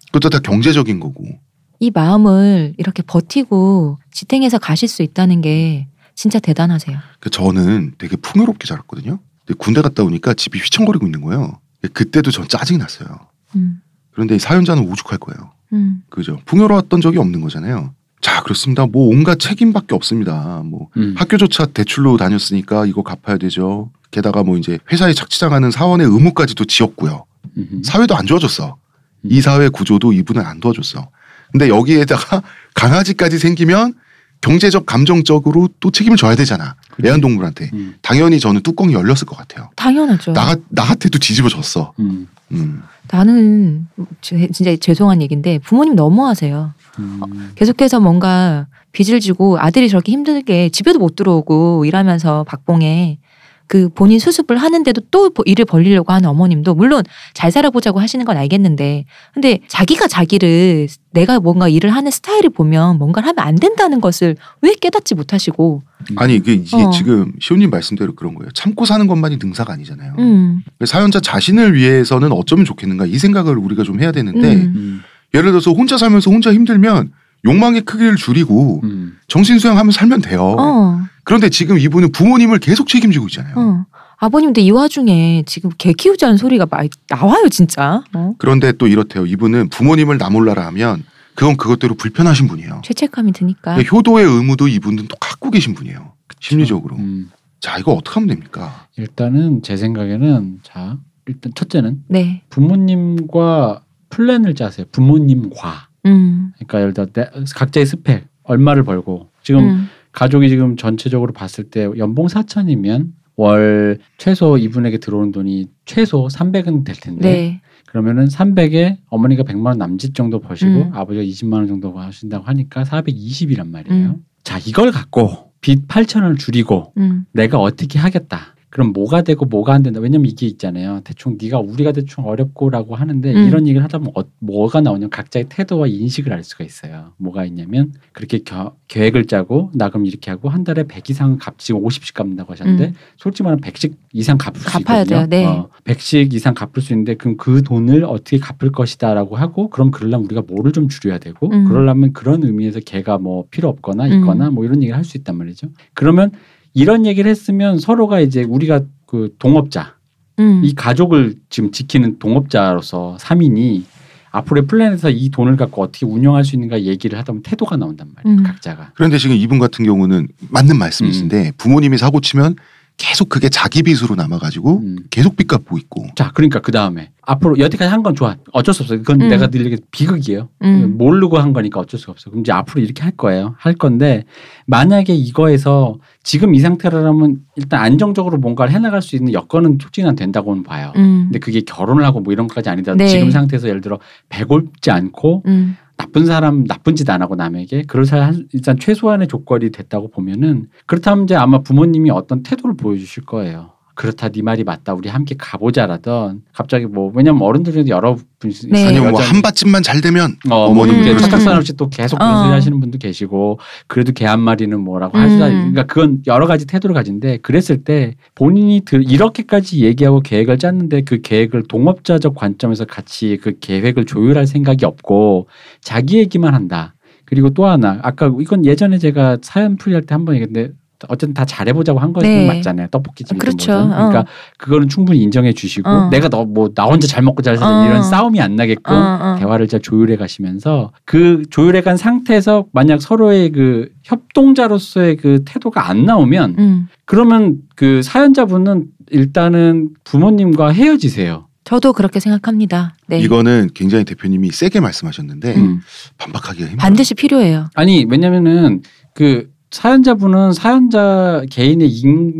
A: 그것도 다 경제적인 거고 그러니까
C: 이 마음을 이렇게 버티고 지탱해서 가실 수 있다는 게 진짜 대단하세요.
A: 그 저는 되게 풍요롭게 자랐거든요. 근데 군대 갔다 오니까 집이 휘청거리고 있는 거예요. 그때도 전 짜증이 났어요.
C: 음,
A: 그런데 이 사연자는 오죽할 거예요.
C: 음,
A: 그죠? 풍요로웠던 적이 없는 거잖아요. 자, 그렇습니다. 뭐 온갖 책임밖에 없습니다. 뭐
B: 음.
A: 학교조차 대출로 다녔으니까 이거 갚아야 되죠. 게다가 뭐 이제 회사에 착취당하는 사원의 의무까지도 지었고요.
B: 음.
A: 사회도 안 좋아졌어. 이 사회 구조도 이분은 안 도와줬어. 근데 여기에다가 강아지까지 생기면 경제적 감정적으로 또 책임을 져야 되잖아.
B: 그치.
A: 애완동물한테.
B: 음.
A: 당연히 저는 뚜껑이 열렸을 것 같아요.
C: 당연하죠.
A: 나, 나한테도 뒤집어졌어.
B: 음.
A: 음.
C: 나는 제- 진짜 죄송한 얘기인데 부모님 너무하세요.
B: 음.
C: 계속해서 뭔가 빚을 지고 아들이 저렇게 힘들게 집에도 못 들어오고 일하면서 박봉에 그 본인 수습을 하는데도 또 보- 일을 벌리려고 하는 어머님도 물론 잘 살아보자고 하시는 건 알겠는데 근데 자기가 자기를 내가 뭔가 일을 하는 스타일을 보면 뭔가를 하면 안 된다는 것을 왜 깨닫지 못하시고
A: 아니 이게, 이게
C: 어.
A: 지금 시온님 말씀대로 그런 거예요. 참고 사는 것만이 능사가 아니잖아요.
C: 음,
A: 사연자 자신을 위해서는 어쩌면 좋겠는가 이 생각을 우리가 좀 해야 되는데
C: 음.
B: 음.
A: 예를 들어서 혼자 살면서 혼자 힘들면 욕망의 크기를 줄이고
B: 음.
A: 정신 수양하면 살면 돼요.
C: 어.
A: 그런데 지금 이분은 부모님을 계속 책임지고 있잖아요.
C: 어. 아버님도 이 와중에 지금 개 키우자는 소리가 막 나와요, 진짜. 어?
A: 그런데 또 이렇대요. 이분은 부모님을 나몰라라 하면 그건 그것대로 불편하신 분이에요.
C: 죄책감이 드니까.
A: 그러니까 효도의 의무도 이분은 또 갖고 계신 분이에요. 심리적으로.
B: 음.
A: 자 이거 어떻게 하면 됩니까?
B: 일단은 제 생각에는 자 일단 첫째는
C: 네.
B: 부모님과 플랜을 짜세요. 부모님과
C: 음.
B: 그러니까 예를 들어 내- 각자의 스펙 얼마를 벌고 지금
C: 음.
B: 가족이 지금 전체적으로 봤을 때 연봉 4천이면 월 최소 이분에게 들어오는 돈이 최소 300은 될 텐데
C: 네.
B: 그러면은 300에 어머니가 100만 원 남짓 정도 버시고
C: 음.
B: 아버지가 20만 원 정도 하신다고 하니까 420이란 말이에요.
C: 음.
B: 자 이걸 갖고 빚 8천 원을 줄이고
C: 음.
B: 내가 어떻게 하겠다. 그럼 뭐가 되고 뭐가 안 된다. 왜냐면 이게 있잖아요. 대충 네가 우리가 대충 어렵고라고 하는데
C: 음.
B: 이런 얘기를 하다 보면 어- 뭐가 나오냐면 각자의 태도와 인식을 알 수가 있어요. 뭐가 있냐면 그렇게 겨- 계획을 짜고 나 그럼 이렇게 하고 한 달에 100 이상 갚 지금 50씩 갚는다고 하셨는데
C: 음.
B: 솔직히 말하면 100씩 이상 갚을 수
C: 갚아야
B: 있거든요. 어,
C: 돼요. 네.
B: 100씩 이상 갚을 수 있는데 그럼 그 돈을 어떻게 갚을 것이다라고 하고 그럼 그러려면 우리가 뭐를 좀 줄여야 되고
C: 음.
B: 그러려면 그런 의미에서 걔가 뭐 필요 없거나
C: 음.
B: 있거나 뭐 이런 얘기를 할 수 있단 말이죠. 그러면 이런 얘기를 했으면 서로가 이제 우리가 그 동업자
C: 음.
B: 이 가족을 지금 지키는 동업자로서 3인이 앞으로의 플랜에서 이 돈을 갖고 어떻게 운영할 수 있는가 얘기를 하다 보면 태도가 나온단 말이에요
C: 음.
B: 각자가
A: 그런데 지금 이분 같은 경우는 맞는 말씀이신데 부모님이 사고 치면 계속 그게 자기 빚으로 남아가지고
B: 음.
A: 계속 빚 갚고 있고
B: 자 그러니까 그 다음에 앞으로 여태까지 한 건 좋아 어쩔 수 없어요 그건
C: 음.
B: 내가 늘 얘기 비극이에요
C: 음.
B: 모르고 한 거니까 어쩔 수가 없어. 그럼 이제 앞으로 이렇게 할 거예요. 할 건데 만약에 이거에서 지금 이 상태라면 일단 안정적으로 뭔가를 해나갈 수 있는 여건은 촉진은 된다고는 봐요.
C: 음.
B: 근데 그게 결혼을 하고 뭐 이런 것까지 아니다.
C: 네.
B: 지금 상태에서 예를 들어 배골지 않고
C: 음.
B: 나쁜 사람 나쁜 짓 안 하고 남에게 그럴 사 일단 최소한의 조건이 됐다고 보면은 그렇다면 이제 아마 부모님이 어떤 태도를 보여주실 거예요. 그렇다 네 말이 맞다 우리 함께 가보자라던 갑자기 뭐 왜냐면 어른들 중에 여러 분이
C: 네.
A: 아니면
B: 여전히-
A: 뭐한 밭집만 잘 되면
B: 어,
A: 어머님
B: 어머님께
C: 그럴 수도
B: 첫탁산
C: 있고.
B: 없이 또 계속
C: 음. 어.
B: 그런 소리 하시는 분도 계시고 그래도 개 한 마리는 뭐라고 하시다
C: 음.
B: 그러니까 그건 여러 가지 태도를 가진데 그랬을 때 본인이 들, 이렇게까지 얘기하고 계획을 짰는데 그 계획을 동업자적 관점에서 같이 그 계획을 조율할 생각이 없고 자기 얘기만 한다 그리고 또 하나 아까 이건 예전에 제가 사연 풀이할 때 한 번 얘기했는데 어쨌든 다 잘해보자고 한 거는
C: 네.
B: 맞잖아요 떡볶이집이든
C: 그렇죠.
B: 뭐든 그러니까
C: 어.
B: 그거는 충분히 인정해 주시고
C: 어.
B: 내가 너 뭐 나 혼자 잘 먹고 잘 사는
C: 어.
B: 이런 싸움이 안 나게끔
C: 어, 어.
B: 대화를 잘 조율해 가시면서 그 조율해 간 상태에서 만약 서로의 그 협동자로서의 그 태도가 안 나오면
C: 음.
B: 그러면 그 사연자분은 일단은 부모님과 헤어지세요.
C: 저도 그렇게 생각합니다. 네.
A: 이거는 굉장히 대표님이 세게 말씀하셨는데
C: 음.
A: 반박하기가 힘들어요.
C: 반드시 필요해요.
B: 아니 왜냐면은 그 사연자분은 사연자 개인의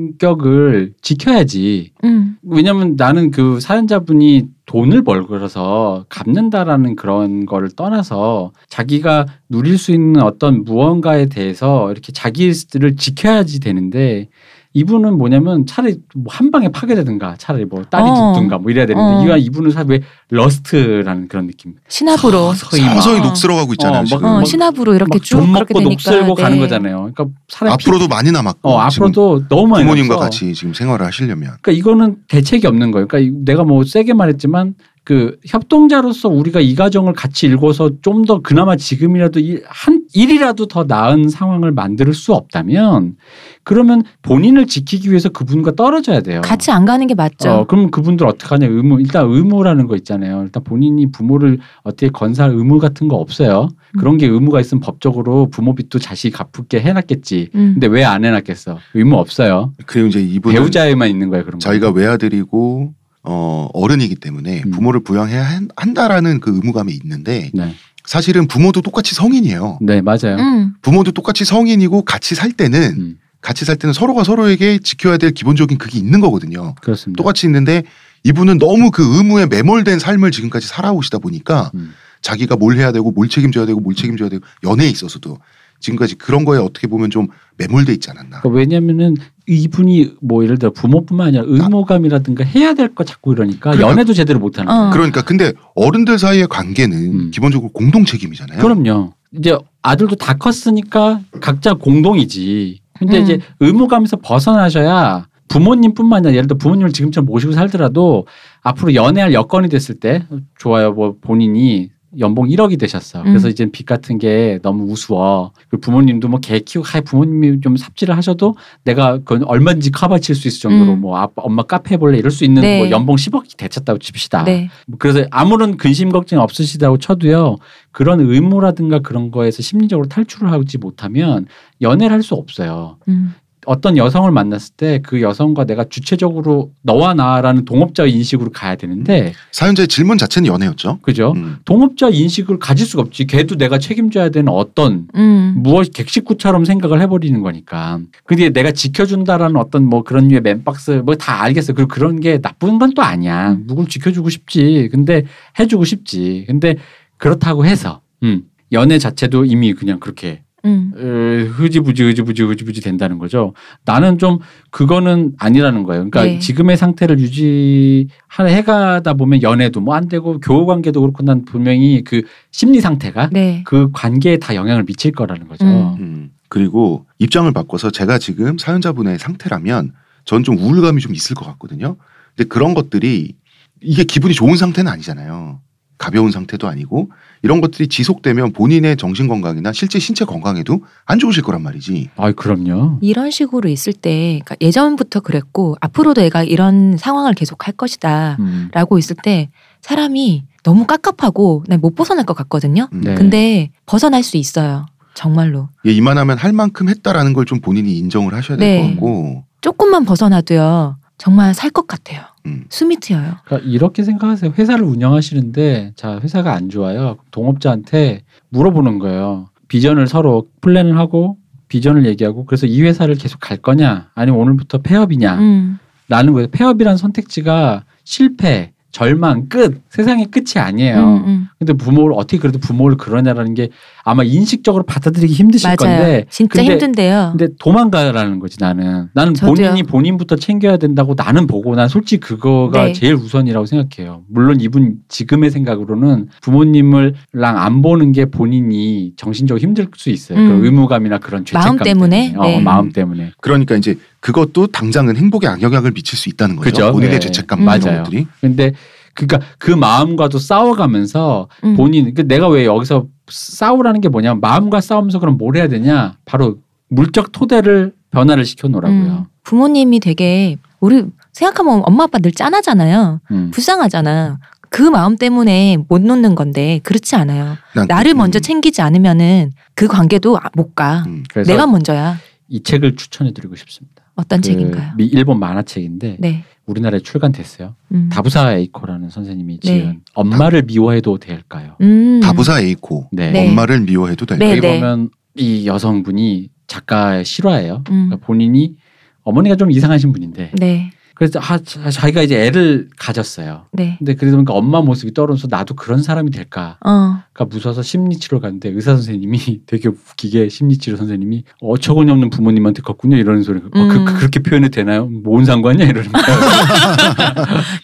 B: 인격을 지켜야지
C: 음.
B: 왜냐면 나는 그 사연자분이 돈을 벌고서 갚는다라는 그런 거를 떠나서 자기가 누릴 수 있는 어떤 무언가에 대해서 이렇게 자기를 지켜야지 되는데 이분은 뭐냐면 차라리 뭐한 방에 파괴되든가 차라리 뭐 딸이
C: 어.
B: 죽든가 뭐 이래야 되는데
C: 어.
B: 이가 이분은 사실 왜 러스트라는 그런 느낌.
C: 신압으로
B: 서서히 막
A: 서서히
C: 막-
A: 녹슬어가고 있잖아요.
B: 어, 막-
A: 지금.
C: 어,
B: 막-
C: 신압으로 이렇게
B: 막
C: 쭉
B: 존
C: 그렇게
B: 먹고
C: 되니까
B: 녹슬고
C: 네.
B: 가는 거잖아요. 그러니까 사람이 피-
A: 앞으로도 많이 남았고
B: 어,
A: 지금
B: 앞으로도 너무 많이
A: 부모님과
B: 남았어.
A: 같이 지금 생활을 하시려면
B: 그러니까 이거는 대책이 없는 거예요. 그러니까 이- 내가 뭐 세게 말했지만 그 협동자로서 우리가 이 과정을 같이 읽어서 좀 더 그나마 지금이라도 일- 한 일이라도 더 나은 상황을 만들 수 없다면 그러면 본인을 지키기 위해서 그분과 떨어져야 돼요.
C: 같이 안 가는 게 맞죠.
B: 어, 그럼 그분들 어떡하냐 의무 일단 의무라는 거 있잖아요 일단 본인이 부모를 어떻게 건사할 의무 같은 거 없어요 그런 게 의무가 있으면 법적으로 부모 빚도 자식이 갚게 해놨겠지
C: 음.
B: 근데 왜 안 해놨겠어 의무 없어요
A: 그리고 이제 이분은
B: 배우자에만 있는 거예요 그런 거
A: 자기가 외아들이고 어, 어른이기 때문에
B: 음.
A: 부모를 부양해야 한- 한다라는 그 의무감이 있는데
B: 네.
A: 사실은 부모도 똑같이 성인이에요.
B: 네 맞아요
C: 음.
A: 부모도 똑같이 성인이고 같이 살 때는
B: 음.
A: 같이 살 때는 서로가 서로에게 지켜야 될 기본적인 그게 있는 거거든요.
B: 그렇습니다
A: 똑같이 있는데 이분은 너무 그 의무에 매몰된 삶을 지금까지 살아오시다 보니까
B: 음.
A: 자기가 뭘 해야 되고 뭘 책임져야 되고 뭘 책임져야 되고 연애에 있어서도 지금까지 그런 거에 어떻게 보면 좀 매몰돼 있지 않았나.
B: 그러니까 왜냐면은 이분이 뭐 예를 들어 부모뿐만 아니라 의무감이라든가 해야 될 거 자꾸 이러니까
A: 그러니까-
B: 연애도 제대로 못하는 거예요
C: 어.
A: 그러니까 근데 어른들 사이의 관계는
B: 음.
A: 기본적으로 공동 책임이잖아요.
B: 그럼요. 이제 아들도 다 컸으니까 각자 공동이지. 근데
C: 음.
B: 이제 의무감에서 벗어나셔야 부모님뿐만 아니라 예를 들어 부모님을 지금처럼 모시고 살더라도 앞으로 연애할 여건이 됐을 때 좋아요. 뭐 본인이 연봉 1억이 되셨어. 그래서
C: 음.
B: 이제 빚 같은 게 너무 우스워. 그리고 부모님도 뭐 개 키우고 하여 부모님이 좀 삽질을 하셔도 내가 그건 얼마든지 커버칠 수 있을 정도로
C: 음.
B: 뭐 아빠 엄마 카페 해볼래 이럴 수 있는
C: 네.
B: 뭐 연봉 10억이 되쳤다고 칩시다.
C: 네.
B: 그래서 아무런 근심 걱정 이 없으시다고 쳐도요 그런 의무라든가 그런 거에서 심리적으로 탈출을 하지 못하면 연애를 할 수 없어요.
C: 음.
B: 어떤 여성을 만났을 때 그 여성과 내가 주체적으로 너와 나라는 동업자 인식으로 가야 되는데
A: 사연자의 질문 자체는 연애였죠.
B: 그죠?
A: 음.
B: 동업자 인식을 가질 수가 없지. 걔도 내가 책임져야 되는 어떤
C: 음.
B: 무엇 객식구처럼 생각을 해버리는 거니까. 근데 내가 지켜준다라는 어떤 뭐 그런 류의 맨박스 뭐 다 알겠어. 그리고 그런 게 나쁜 건 또 아니야. 누굴 지켜주고 싶지. 근데 해주고 싶지. 근데 그렇다고 해서 음, 연애 자체도 이미 그냥 그렇게
C: 음.
B: 에, 흐지부지 흐지부지 흐지부지 된다는 거죠. 나는 좀 그거는 아니라는 거예요. 그러니까
C: 네.
B: 지금의 상태를 유지 해가다 보면 연애도 뭐 안 되고 교우 관계도 그렇고 난 분명히 그 심리 상태가
C: 네.
B: 그 관계에 다 영향을 미칠 거라는 거죠.
C: 음.
A: 음. 그리고 입장을 바꿔서 제가 지금 사연자분의 상태라면 전 좀 우울감이 좀 있을 것 같거든요. 근데 그런 것들이 이게 기분이 좋은 상태는 아니잖아요. 가벼운 상태도 아니고 이런 것들이 지속되면 본인의 정신 건강이나 실제 신체 건강에도 안 좋으실 거란 말이지.
B: 아이 그럼요.
C: 이런 식으로 있을 때 그러니까 예전부터 그랬고 앞으로도 애가 이런 상황을 계속 할 것이다.
B: 음.
C: 라고 있을 때 사람이 너무 깝깝하고 난못 벗어날 것 같거든요.
A: 음.
B: 네.
C: 근데 벗어날 수 있어요. 정말로.
A: 예, 이만하면 할 만큼 했다라는 걸 좀 본인이 인정을 하셔야 될 것
C: 네.
A: 같고
C: 조금만 벗어나도요. 정말 살 것 같아요.
A: 음.
C: 숨이 트여요.
B: 그러니까 이렇게 생각하세요. 회사를 운영하시는데 자 회사가 안 좋아요. 동업자한테 물어보는 거예요. 비전을 서로 플랜을 하고 비전을 얘기하고 그래서 이 회사를 계속 갈 거냐 아니면 오늘부터 폐업이냐
C: 음.
B: 라는 거예요. 폐업이란 선택지가 실패, 절망, 끝, 세상의 끝이 아니에요.
C: 음, 음.
B: 근데 부모를 어떻게 그래도 부모를 그러냐라는 게 아마 인식적으로 받아들이기 힘드실
C: 맞아요.
B: 건데
C: 진짜
B: 근데-
C: 힘든데요.
B: 근데 도망가라는 거지 나는. 나는
C: 저도요.
B: 본인이 본인부터 챙겨야 된다고 나는 보고 난 솔직히 그거가
C: 네.
B: 제일 우선이라고 생각해요. 물론 이분 지금의 생각으로는 부모님을랑 안 보는 게 본인이 정신적으로 힘들 수 있어요.
C: 음.
B: 그런 의무감이나 그런 죄책감
C: 마음 때문에?
B: 어,
C: 네.
B: 마음 때문에.
A: 그러니까 이제 그것도 당장은 행복에 악영향을 미칠 수 있다는 거죠.
B: 그죠.
A: 본인의
B: 네.
A: 죄책감
C: 음.
A: 이런
B: 맞아요.
A: 것들이
B: 근데 그니까 그 마음과도 싸워가면서
C: 음.
B: 본인 그 내가 왜 여기서 싸우라는 게 뭐냐면 마음과 싸우면서 그럼 뭘 해야 되냐 바로 물적 토대를 변화를 시켜 놓으라고요.
C: 음. 부모님이 되게 우리 생각하면 엄마 아빠 늘 짠하잖아요.
B: 음.
C: 불쌍하잖아. 그 마음 때문에 못 놓는 건데 그렇지 않아요.
A: 난-
C: 나를 먼저
A: 음.
C: 챙기지 않으면은 그 관계도 아- 못 가.
A: 음.
B: 그래서
C: 내가 먼저야.
B: 이 책을 추천해드리고 싶습니다.
C: 어떤
B: 그
C: 책인가요?
B: 미- 일본 만화책인데
C: 네.
B: 우리나라에 출간됐어요.
C: 음.
B: 다부사 에이코라는 선생님이
C: 네.
B: 지은 엄마를 미워해도 될까요?
C: 음.
A: 다부사 에이코
B: 네.
C: 네.
A: 엄마를 미워해도 될까?
C: 네,
B: 여기
C: 네.
B: 보면 이 여성분이 작가의 실화예요.
C: 음.
B: 그러니까 본인이 어머니가 좀 이상하신 분인데
C: 네.
B: 그래서 하, 자- 자기가 이제 애를 가졌어요.
C: 네.
B: 근데 그러다 보니까 엄마 모습이 떠오르면서 나도 그런 사람이 될까?
C: 어.
B: 가 무서워서 심리치료 갔는데 의사 선생님이 되게 웃기게 심리치료 선생님이 어처구니없는 부모님한테 컸군요 이러는 소리. 어, 그,
C: 음.
B: 그, 그렇게 표현해도 되나요? 뭔 상관이야 이러는 거예요.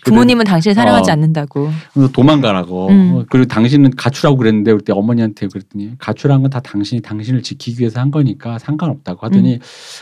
C: 부모님은 당신을 사랑하지
B: 어.
C: 않는다고.
B: 그래서 도망가라고.
C: 음.
B: 어, 그리고 당신은 가출하고 그랬는데 그때 어머니한테 그랬더니 가출한 건 다 당신이 당신을 지키기 위해서 한 거니까 상관없다고 하더니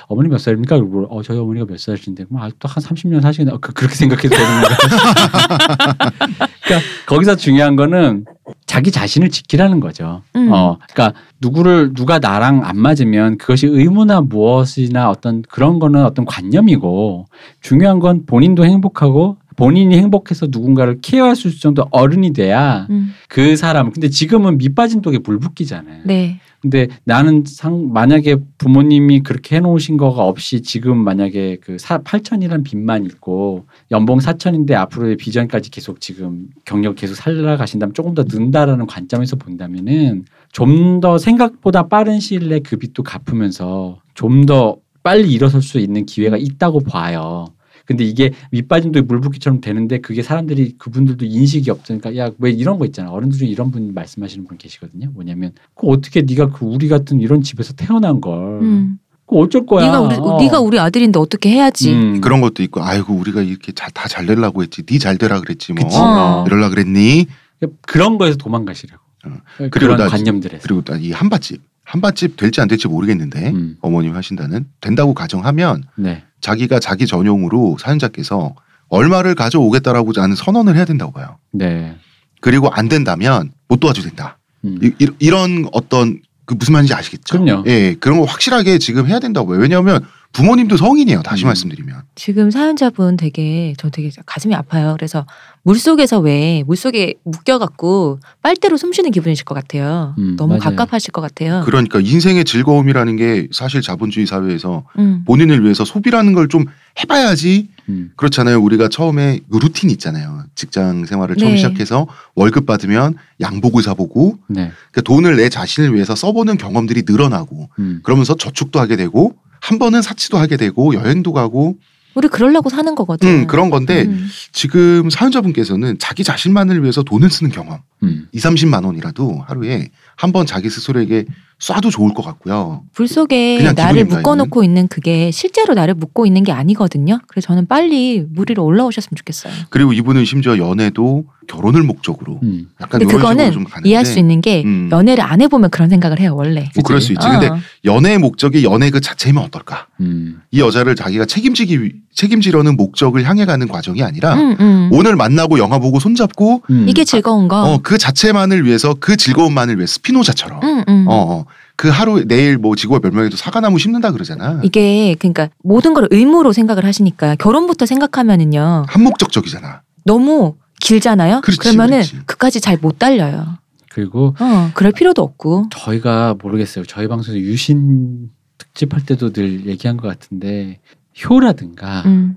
B: 어머니 몇 살입니까? 그리고 물어, 어 저희 어머니가 몇 살이신데 그럼 아직도 한 30년 사시겠네. 어, 그, 그렇게 생각해도 되는 거야. 그러니까 거기서 중요한 거는 자기 자신을 지키라는 거죠.
C: 음.
B: 어, 그러니까 누구를 누가 나랑 안 맞으면 그것이 의무나 무엇이나 어떤 그런 거는 어떤 관념이고 중요한 건 본인도 행복하고 본인이 행복해서 누군가를 케어할 수 있을 정도 어른이 돼야
C: 음.
B: 그 사람 근데 지금은 밑빠진 독에 물 붙기잖아요.
C: 네.
B: 근데 나는 상 만약에 부모님이 그렇게 해놓으신 거가 없이 지금 만약에 그 사, 8천이란 빚만 있고 연봉 4천인데 앞으로의 비전까지 계속 지금 경력 계속 살아가신다면 조금 더 는다라는 관점에서 본다면은 좀 더 생각보다 빠른 시일 내에 그 빚도 갚으면서 좀 더 빨리 일어설 수 있는 기회가 있다고 봐요. 근데 이게 밑빠짐도 물붓기처럼 되는데 그게 사람들이 그분들도 인식이 없으니까 야 왜 이런 거 있잖아 어른들 중에 이런 분 말씀하시는 분 계시거든요 뭐냐면 그 어떻게 네가 그 우리 같은 이런 집에서 태어난 걸
C: 음.
B: 그거 어쩔 거야
C: 네가 우리
B: 어.
C: 네가 우리 아들인데 어떻게 해야지.
B: 음.
A: 음, 그런 것도 있고 아이고 우리가 이렇게 다잘 되려고 했지 니 잘 되라 그랬지 뭐
B: 그치.
C: 어.
A: 이럴라 그랬니
B: 그런 거에서 도망가시라고 네,
A: 어. 그리고
B: 그런
A: 나-
B: 관념들에서
A: 그리고 네? 나 이 한밭집 한밭집 될지 안 될지 모르겠는데
B: 음.
A: 어머님 하신다는 된다고 가정하면
B: 네
A: 자기가 자기 전용으로 사연자께서 얼마를 가져오겠다라고 하는 선언을 해야 된다고 봐요.
B: 네.
A: 그리고 안 된다면 못 도와줘도 된다.
B: 음.
A: 이, 런 어떤 그 무슨 말인지 아시겠죠?
B: 그럼요.
A: 예, 그런 거 확실하게 지금 해야 된다고 해요. 왜냐하면 부모님도 성인이에요. 다시
B: 음.
A: 말씀드리면.
C: 지금 사연자분 되게 저 되게 가슴이 아파요. 그래서 물 속에서 왜 물속에 묶여갖고 빨대로 숨쉬는 기분이실 것 같아요.
B: 음,
C: 너무
B: 맞아요.
C: 갑갑하실 것 같아요.
A: 그러니까 인생의 즐거움이라는 게 사실 자본주의 사회에서
C: 음.
A: 본인을 위해서 소비라는 걸 좀 해봐야지
B: 음.
A: 그렇잖아요. 우리가 처음에 그 루틴 있잖아요. 직장 생활을 처음
C: 네.
A: 시작해서 월급 받으면 양복을 사보고
B: 네.
A: 그러니까 돈을 내 자신을 위해서 써보는 경험들이 늘어나고
B: 음.
A: 그러면서 저축도 하게 되고 한 번은 사치도 하게 되고 여행도 가고
C: 우리 그러려고 사는 거거든.
A: 음, 그런 건데
C: 음.
A: 지금 사연자분께서는 자기 자신만을 위해서 돈을 쓰는 경험
B: 음.
A: 2, 30만 원이라도 하루에 한 번 자기 스스로에게 쏴도 좋을 것 같고요.
C: 불 속에
A: 그냥
C: 나를
A: 기분입니다,
C: 묶어놓고 있는 그게 실제로 나를 묶고 있는 게 아니거든요. 그래서 저는 빨리 물 위로 올라오셨으면 좋겠어요.
A: 그리고 이분은 심지어 연애도 결혼을 목적으로
B: 음.
A: 약간
C: 근데
A: 이런 식으로
C: 그거는
A: 좀 가는데
C: 이해할 수 있는 게
A: 음.
C: 연애를 안 해보면 그런 생각을 해요 원래.
A: 뭐 그럴 수 있지. 근데
C: 어.
A: 연애의 목적이 연애 그 자체면 어떨까?
B: 음.
A: 이 여자를 자기가 책임지기 위- 책임지려는 목적을 향해 가는 과정이 아니라
C: 음, 음.
A: 오늘 만나고 영화 보고 손잡고
B: 음.
C: 이게 즐거운 거.
A: 어. 그 자체만을 위해서 그 즐거움만을 위해 스피노자처럼
C: 음, 음.
A: 어, 어. 그 하루 내일 뭐 지구가 멸망해도 사과나무 심는다 그러잖아.
C: 이게 그러니까 모든 걸 의무로 생각을 하시니까 결혼부터 생각하면은요
A: 한목적적이잖아.
C: 너무 길잖아요.
A: 그렇지,
C: 러면은
A: 그렇지.
C: 끝까지 잘 못 달려요.
B: 그리고
C: 어, 그럴 필요도 없고.
B: 저희가 모르겠어요. 저희 방송에서 유신 특집할 때도 늘 얘기한 것 같은데 효라든가
C: 음,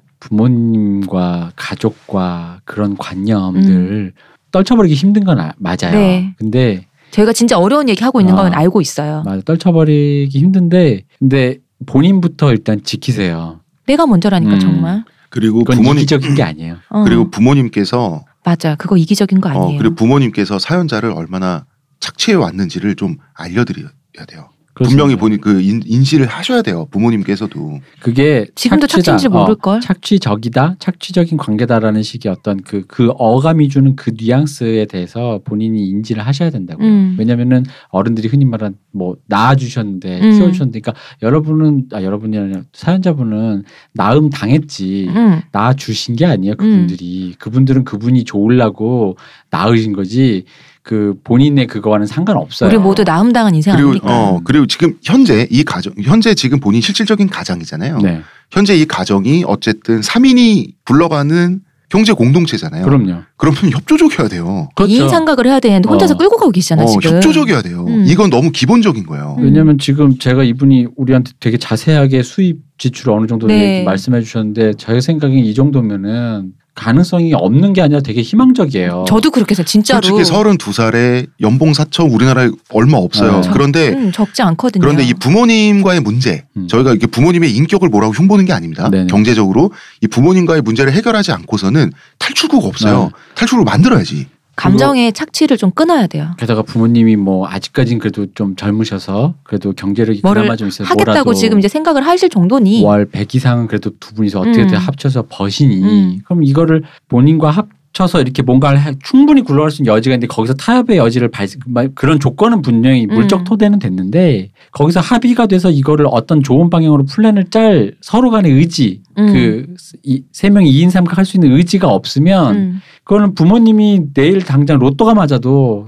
B: 부모님과 가족과 그런 관념들 떨쳐버리기 힘든 건 아- 맞아요.
C: 음. 네.
B: 근데
C: 저희가 진짜 어려운 얘기 하고 있는 건
B: 아.
C: 알고 있어요.
B: 맞아, 떨쳐버리기 힘든데 근데 본인부터 일단 지키세요.
C: 내가 먼저라니까
B: 음.
C: 정말.
A: 그리고
B: 그건
A: 부모님
B: 이기적인 게 아니에요.
C: 어,
A: 그리고 부모님께서
C: 맞아, 그거 이기적인 거
A: 어,
C: 아니에요.
A: 그리고 부모님께서 사연자를 얼마나 착취해 왔는지를 좀 알려드려야 돼요. 분명히
B: 그렇습니다.
A: 본인 그 인, 인지를 하셔야 돼요. 부모님께서도
B: 그게
C: 지금도
B: 착취다,
C: 착취인지
B: 어,
C: 모를걸.
B: 착취적이다, 착취적인 관계다라는 식의 어떤 그 그 어감이 주는 그 뉘앙스에 대해서 본인이 인지를 하셔야 된다고요.
C: 음.
B: 왜냐면은 어른들이 흔히 말한 뭐 낳아주셨는데
C: 음.
B: 키워주셨는데 그러니까 여러분은 아 여러분이 아니라 사연자분은 낳음 당했지
C: 음,
B: 낳아주신 게 아니에요 그분들이 그분들은 그분이 좋으려고 낳으신 거지 그 본인의 그거와는 상관없어요
C: 우리 모두 나음당한 인생
A: 그리고
C: 아닙니까?
A: 어 그리고 지금 현재 이 가정 현재 지금 본인 실질적인 가장이잖아요.
B: 네
A: 현재 이 가정이 어쨌든 3인이 굴러가는 경제 공동체잖아요.
B: 네, 그럼요
A: 그러면 협조적이어야 돼요.
B: 그렇죠.
C: 이인 생각을 해야 되는데 혼자서
B: 어.
C: 끌고 가고
A: 어,
C: 계시잖아 지금.
A: 협조적이어야 돼요.
C: 음.
A: 이건 너무 기본적인 거예요.
C: 음.
B: 왜냐면 지금 제가 이분이 우리한테 되게 자세하게 수입 지출 어느 정도
C: 네.
B: 얘기 말씀해 주셨는데 제 생각엔 이 정도면은 가능성이 없는 게 아니라 되게 희망적이에요.
C: 저도 그렇게 해서 진짜로
A: 어. 솔직히 32살에 연봉 4천 우리나라에 얼마 없어요.
B: 네.
A: 그런데
C: 음, 적지 않거든요.
A: 그런데 이 부모님과의 문제,
B: 음.
A: 저희가 이렇게 부모님의 인격을 뭐라고 흉보는 게 아닙니다.
B: 네네.
A: 경제적으로 이 부모님과의 문제를 해결하지 않고서는 탈출구가 없어요.
B: 아.
A: 탈출구를 만들어야지.
C: 감정의 착취를 좀 끊어야 돼요.
B: 게다가 부모님이 뭐 아직까진 그래도 좀 젊으셔서 그래도 경제력이
C: 뭐를
B: 그나마 좀 있어서
C: 하겠다고
B: 네, 뭐라도
C: 지금 이제 생각을 하실 정도니
B: 월 100 이상은 그래도 두 분이서 어떻게든
C: 음.
B: 합쳐서 버시니
C: 음.
B: 그럼 이거를 본인과 합쳐서 이렇게 뭔가를 해- 충분히 굴러갈 수 있는 여지가 있는데 거기서 타협의 여지를 발 그런 조건은 분명히
C: 음.
B: 물적 토대는 됐는데 거기서 합의가 돼서 이거를 어떤 좋은 방향으로 플랜을 짤 서로 간의 의지
C: 음,
B: 그세 명이 2인 삼각 할 수 있는 의지가 없으면
C: 음.
B: 그거는 부모님이 내일 당장 로또가 맞아도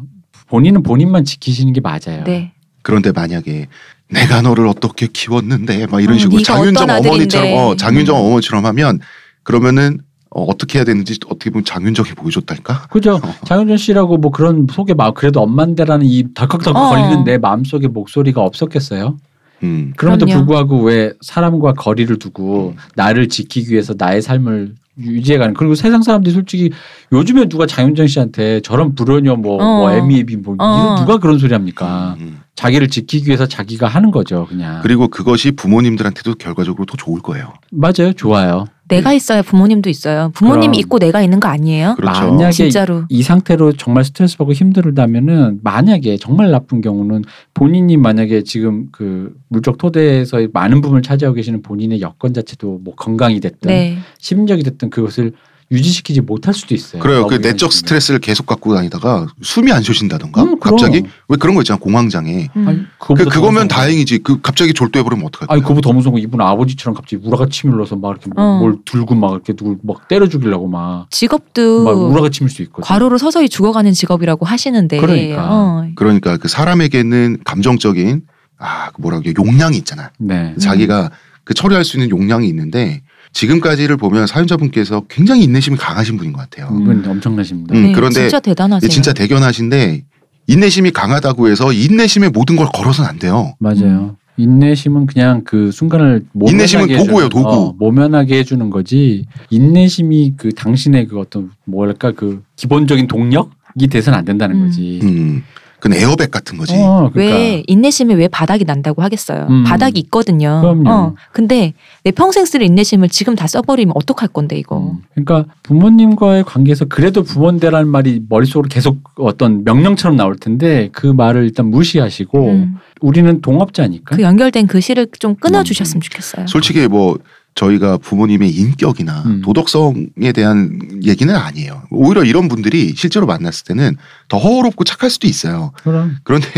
B: 본인은 본인만 지키시는 게 맞아요.
C: 네.
A: 그런데 만약에 내가 너를 어떻게 키웠는데 막 이런
C: 음,
A: 식으로
C: 네가
A: 장윤정
C: 어떤
A: 어머니처럼
C: 아들인데. 음.
A: 어, 장윤정 어머니처럼 하면 그러면은 어, 어떻게 해야 되는지 어떻게 보면 장윤정이 보여줬달까?
B: 그죠? 장윤준 씨라고 뭐 그런 속에 막 그래도 엄만데라는 이 덜컥덜컥
C: 어.
B: 걸리는 내 마음속에 목소리가 없었겠어요?
A: 음.
B: 그럼에도
C: 그럼요.
B: 불구하고 왜 사람과 거리를 두고 나를 지키기 위해서 나의 삶을 유지해가는 그리고 세상 사람들이 솔직히 요즘에 누가 장윤정 씨한테 저런 불효녀 뭐,
C: 어.
B: 뭐 애미애비 뭐
C: 어.
B: 누가 그런 소리 합니까?
A: 음.
B: 자기를 지키기 위해서 자기가 하는 거죠 그냥
A: 그리고 그것이 부모님들한테도 결과적으로 더 좋을 거예요.
B: 맞아요 좋아요
C: 내가 있어야 부모님도 있어요. 부모님
B: 그럼.
C: 있고 내가 있는 거 아니에요?
A: 그렇죠.
B: 만약에
C: 진짜로.
B: 이 상태로 정말 스트레스 받고 힘들다면은 만약에 정말 나쁜 경우는 본인이 만약에 지금 그 물적 토대에서 많은 부분을 차지하고 계시는 본인의 여건 자체도 뭐 건강이 됐든
C: 네.
B: 심리적이 됐든 그것을 유지시키지 못할 수도 있어요.
A: 그래요.
B: 너무
A: 그
B: 이런
A: 내적
B: 식으로.
A: 스트레스를 계속 갖고 다니다가 숨이 안 쉬신다던가
B: 음, 그럼.
A: 갑자기 왜 그런 거 있잖아 공황장애.
C: 음.
B: 아니,
A: 그
B: 그거보다 더 무서운
A: 그거면
B: 거.
A: 다행이지. 그 갑자기 졸도해 버리면 어떡할
B: 아니
A: 거야?
B: 그거 더 무서운 거 이분 아버지처럼 갑자기 우라가치 밀러서 막 이렇게
C: 어.
B: 뭘 들고 막 이렇게 누굴 막 때려 죽이려고 막 막
C: 직업도
B: 우라가치 밀 수 있거든.
C: 어. 과로로 서서히 죽어가는 직업이라고 하시는데
B: 뭐. 그러니까.
C: 어,
A: 그러니까 그 사람에게는 감정적인 아그 뭐라고 해요? 용량이 있잖아.
B: 네.
C: 음.
A: 자기가 그 처리할 수 있는 용량이 있는데 지금까지를 보면 사연자분께서 굉장히 인내심이 강하신 분인 것 같아요.
C: 음.
B: 이분 엄청나십니다.
A: 음,
C: 네,
A: 그런데
C: 진짜 대단하세요.
A: 이게 진짜 대견하신데 인내심이 강하다고 해서 인내심의 모든 걸 걸어서는 안 돼요.
C: 음.
B: 맞아요. 인내심은 그냥 그 순간을 모면하게
A: 인내심은
B: 해주는-
A: 도구예요, 도구.
B: 어, 모면하게 해주는 거지. 인내심이 그 당신의 그 어떤 뭐랄까 그 기본적인 동력이 돼서는 안 된다는
C: 음.
B: 거지.
A: 음, 그건 에어백 같은 거지.
B: 어, 그러니까.
C: 왜 인내심에 왜 바닥이 난다고 하겠어요.
B: 음.
C: 바닥이 있거든요.
B: 그럼요.
C: 어, 근데 내 평생 쓸 인내심을 지금 다 써버리면 어떡할 건데 이거.
B: 음. 그러니까 부모님과의 관계에서 그래도 부모인데라는 말이 머릿속으로 계속 어떤 명령처럼 나올 텐데 그 말을 일단
A: 어.
B: 무시하시고
C: 음.
B: 우리는 동업자니까.
C: 그 연결된 그 실을 좀 끊어주셨으면
B: 음.
C: 좋겠어요.
A: 솔직히 뭐 저희가 부모님의 인격이나
B: 음.
A: 도덕성에 대한 얘기는 아니에요. 오히려 이런 분들이 실제로 만났을 때는 더 허우롭고 착할 수도 있어요.
B: 그럼
A: 그런데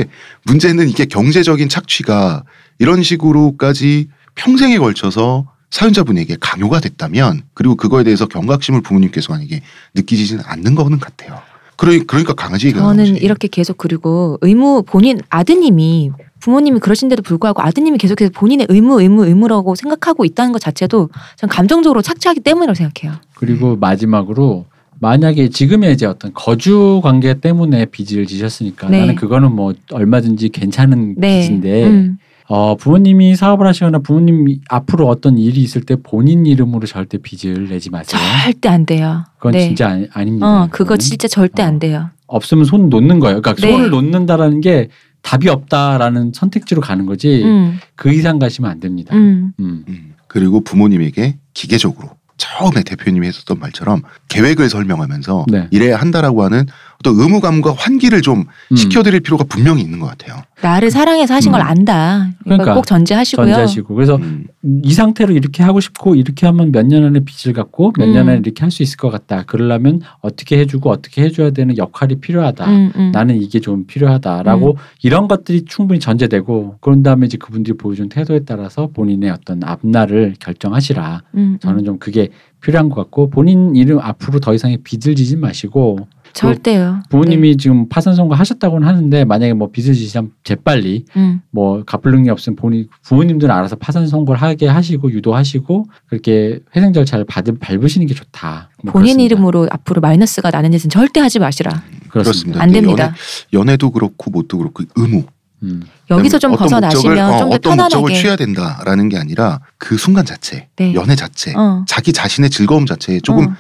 A: 문제는 이게 경제적인 착취가 이런 식으로까지 평생에 걸쳐서 사연자분에게 강요가 됐다면 그리고 그거에 대해서 경각심을 부모님께서 만약에 느끼지는 않는 거는 같아요. 그러- 그러니까 강아지 얘기가 나오는
C: 저는
A: 거지.
C: 이렇게 계속 그리고 의무 본인 아드님이 부모님이 그러신데도 불구하고 아드님이 계속해서 본인의 의무 의무 의무라고 생각하고 있다는 것 자체도 전 감정적으로 착취하기 때문이라고 생각해요. 음.
B: 그리고 마지막으로 만약에 지금의 이제 어떤 거주 관계 때문에 빚을 지셨으니까
C: 네.
B: 나는 그거는 뭐 얼마든지 괜찮은
C: 네.
B: 빚인데
C: 음.
B: 어, 부모님이 사업을 하시거나 부모님이 앞으로 어떤 일이 있을 때 본인 이름으로 절대 빚을 내지 마세요.
C: 절대 안 돼요.
B: 그건
C: 네.
B: 진짜 아니, 아닙니다. 음?
C: 어, 그거
B: 그거는.
C: 진짜 절대 안 돼요.
B: 없으면 손 놓는 거예요. 그러니까
C: 네.
B: 손을 놓는다라는 게 답이 없다라는 선택지로 가는 거지
C: 음,
B: 그 이상 가시면 안 됩니다.
C: 음.
B: 음.
A: 음. 그리고 부모님에게 기계적으로 처음에 대표님이 했었던 말처럼 계획을 설명하면서
B: 네.
A: 이래야 한다라고 하는 어떤 의무감과 환기를 좀
B: 음.
A: 시켜드릴 필요가 분명히 있는 것 같아요.
C: 나를 사랑해서 하신 걸
B: 음.
C: 안다. 이걸
B: 그러니까
C: 꼭 전제하시고요.
B: 전제하시고 그래서
A: 음.
B: 이 상태로 이렇게 하고 싶고 이렇게 하면 몇 년 안에 빚을 갚고 몇 년
C: 음.
B: 안에 이렇게 할 수 있을 것 같다. 그러려면 어떻게 해주고 어떻게 해줘야 되는 역할이 필요하다.
C: 음, 음.
B: 나는 이게 좀 필요하다라고 이런 것들이 충분히 전제되고 그런 다음에 이제 그분들이 보여준 태도에 따라서 본인의 어떤 앞날을 결정하시라.
C: 음, 음.
B: 저는 좀 그게 필요한 것 같고 본인 이름 앞으로 더 이상의 빚을 지지 마시고
C: 절대요.
B: 그
C: 네.
B: 부모님이 지금 파산 선고 하셨다고는 하는데 만약에 뭐 빚을 지시면 재빨리
C: 네. 음.
B: 뭐 갚을 능력이 없으면 본인 부모님들은 알아서 파산 선고를 하게 하시고 유도하시고 그렇게 회생 절차를 받은 밟으시는 게 좋다. 뭐
C: 본인
B: 그렇습니다.
C: 이름으로 앞으로 마이너스가 나는 짓은 절대 하지 마시라.
A: 그렇습니다.
C: 안
B: 네,
A: 근데
C: 됩니다.
A: 연애도 그렇고 뭣도 그렇고 의무.
B: 음.
C: 여기서 좀
A: 어떤 목적을,
C: 벗어나시면
A: 어,
C: 좀 더
A: 어떤 목적을
C: 편안하게.
A: 취해야 된다라는 게 아니라 그 순간 자체,
C: 네.
A: 연애 자체,
C: 어.
A: 자기 자신의 즐거움 자체에 조금
C: 어.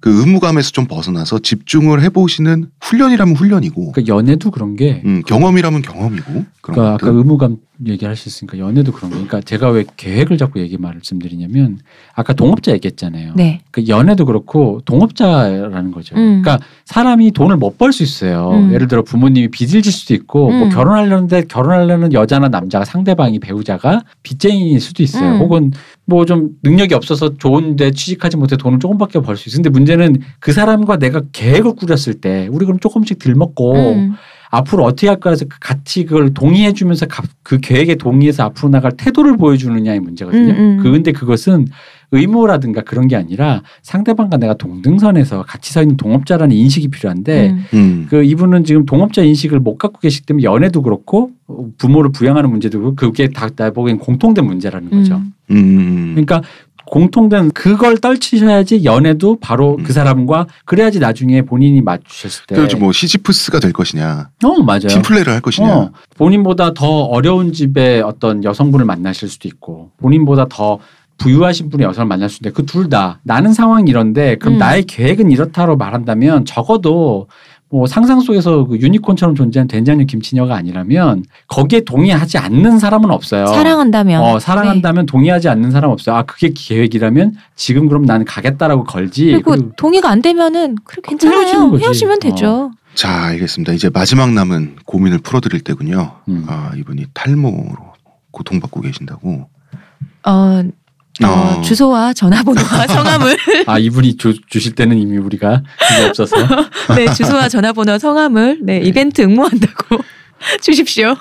A: 그 의무감에서 좀 벗어나서 집중을 해보시는 훈련이라면 훈련이고
B: 그러니까 연애도 그런 게
A: 음, 경험이라면 경험이고 그런
B: 그러니까 아까
A: 것들.
B: 의무감 얘기할 수 있으니까 연애도 그런 거. 그러니까 제가 왜 계획을 자꾸 얘기 말씀드리냐면 아까 동업자 얘기했잖아요.
C: 네.
B: 그 연애도 그렇고 동업자라는 거죠.
C: 음.
B: 그러니까 사람이 돈을 못 벌 수 있어요.
C: 음.
B: 예를 들어 부모님이 빚을 질 수도 있고 뭐
C: 음.
B: 결혼하려는데 결혼하려는 여자나 남자가 상대방이 배우자가 빚쟁이일 수도 있어요.
C: 음.
B: 혹은 뭐 좀 능력이 없어서 좋은데 취직하지 못해 돈을 조금밖에 벌 수 있어요. 근데 문제는 그 사람과 내가 계획을 꾸렸을 때 우리 그럼 조금씩 들 먹고
C: 음.
B: 앞으로 어떻게 할까 해서 그 같이 그걸 동의해 주면서 가- 그 계획에 동의해서 앞으로 나갈 태도를 보여주느냐의 문제거든요.
C: 음, 음.
B: 그 근데 그것은 의무라든가 그런 게 아니라 상대방과 내가 동등선에서 같이 서 있는 동업자라는 인식이 필요한데
C: 음.
A: 음.
B: 그 이분은 지금 동업자 인식을 못 갖고 계시기 때문에 연애도 그렇고 어, 부모를 부양하는 문제도 그렇고 그게 다 나보기엔 공통된 문제라는 거죠.
C: 음.
A: 음, 음, 음.
B: 그러니까 공통된 그걸 떨치셔야지 연애도 바로
A: 음.
B: 그 사람과 그래야지 나중에 본인이 맞추셨을 때
A: 그래서 뭐 시지프스가 될 것이냐,
B: 어, 맞아요.
C: 네.
A: 뭐 팀플레이를 할 것이냐.
B: 어, 본인보다 더 어려운 집의 어떤 여성분을 만나실 수도 있고 본인보다 더 부유하신 분의 여성을 만날 수도 있는데 그 둘 다 나는 상황이 이런데 그럼
C: 음.
B: 나의 계획은 이렇다로 말한다면 적어도 뭐 상상 속에서 그 유니콘처럼 존재한 된장류 김치녀가 아니라면 거기에 동의하지 않는 사람은 없어요.
C: 사랑한다면
B: 어,
C: 네.
B: 사랑한다면 동의하지 않는 사람 없어요. 아 그게 계획이라면 지금 그럼 나는 가겠다라고 걸지.
C: 네. 그리고
B: 그리고
C: 동의가 안 되면은 그래
B: 음. 헤어지는
C: 괜찮아요.
B: 거지.
C: 헤어지면 되죠.
A: 자, 알겠습니다. 이제 마지막 남은 고민을 풀어드릴 때군요.
B: 음.
A: 아, 이분이 탈모로 고통받고 계신다고.
C: 어, 어,
A: 어.
C: 주소와 전화번호와 성함을
B: 아 이분이 주, 주실 때는 이미 우리가 그게 없어서
C: 네 주소와 전화번호 성함을 네, 이벤트 응모한다고 주십시오.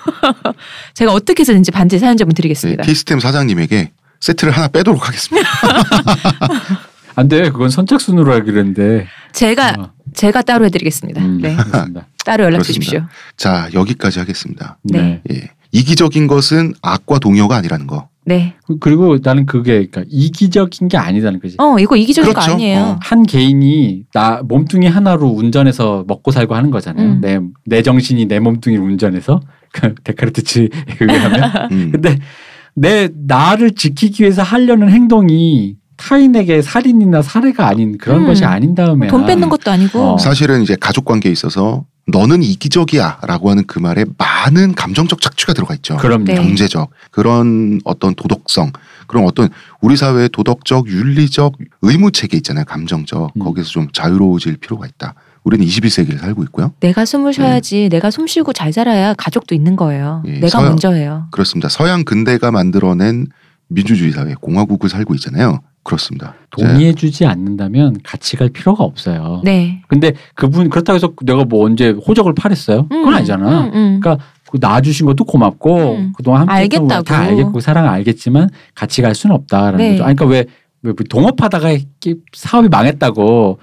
C: 제가 어떻게 해서든지 반드시 사연자분
A: 네,
C: 드리겠습니다.
A: 케이스템 사장님에게 세트를 하나 빼도록 하겠습니다.
B: 안 돼. 그건 선착순으로 하기로 했는데.
C: 제가
B: 어,
C: 제가 따로 해드리겠습니다.
B: 음,
C: 아, 네
B: 그렇습니다.
C: 따로 연락
A: 그렇습니다.
C: 주십시오.
A: 자, 여기까지 하겠습니다.
B: 네.
C: 네.
A: 예. 이기적인 것은 악과 동요가 아니라는 거.
C: 네.
B: 그- 그리고 나는 그게 그러니까 이기적인 게 아니다는 거지.
C: 어 이거 이기적인
A: 그렇죠.
C: 거 아니에요.
A: 어.
B: 한 개인이 나 몸뚱이 하나로 운전해서 먹고 살고 하는 거잖아요.
C: 음.
B: 내, 내 정신이 내 몸뚱이를 운전해서 그 데카르트치에 의하면.
A: 음.
B: 아, 근데 내 나를 지키기 위해서 하려는 행동이 타인에게 살인이나 살해가 아닌 그런
C: 음.
B: 것이 아닌 다음에
C: 돈 뺏는 것도 아니고
B: 어.
A: 사실은 이제 가족 관계에 있어서 너는 이기적이야라고 하는 그 말에 많은 감정적 착취가 들어가 있죠.
B: 아, 그럼요.
C: 네.
A: 경제적 그런 어떤 도덕성 그런 어떤 우리 사회의 도덕적 윤리적 의무 체계 있잖아요 감정적
B: 음.
A: 거기서 좀 자유로워질 필요가 있다 우리는 21세기를 살고 있고요
C: 내가
B: 네.
C: 숨을 쉬어야지 내가 숨 쉬고 잘 살아야 가족도 있는 거예요.
A: 예,
C: 내가
A: 서양-
C: 먼저예요.
A: 그렇습니다 서양 근대가 만들어낸 민주주의 사회 공화국을 살고 있잖아요 그렇습니다 이제
B: 동의해주지 않는다면 같이 갈 필요가 없어요.
C: 네.
B: 근데 그분 그렇다고 해서 내가 뭐 언제 호적을 팔았어요? 그건
C: 음,
B: 아니잖아.
C: 음, 음.
B: 그러니까 그 낳아주신 것도 고맙고
C: 음.
B: 그동안 함께 했던
C: 알겠다고.
B: 거다 알겠고 사랑 알겠지만 같이 갈 수는 없다라는
C: 네.
B: 거죠. 아니, 그러니까 왜, 왜 동업하다가 이렇게 사업이 망했다고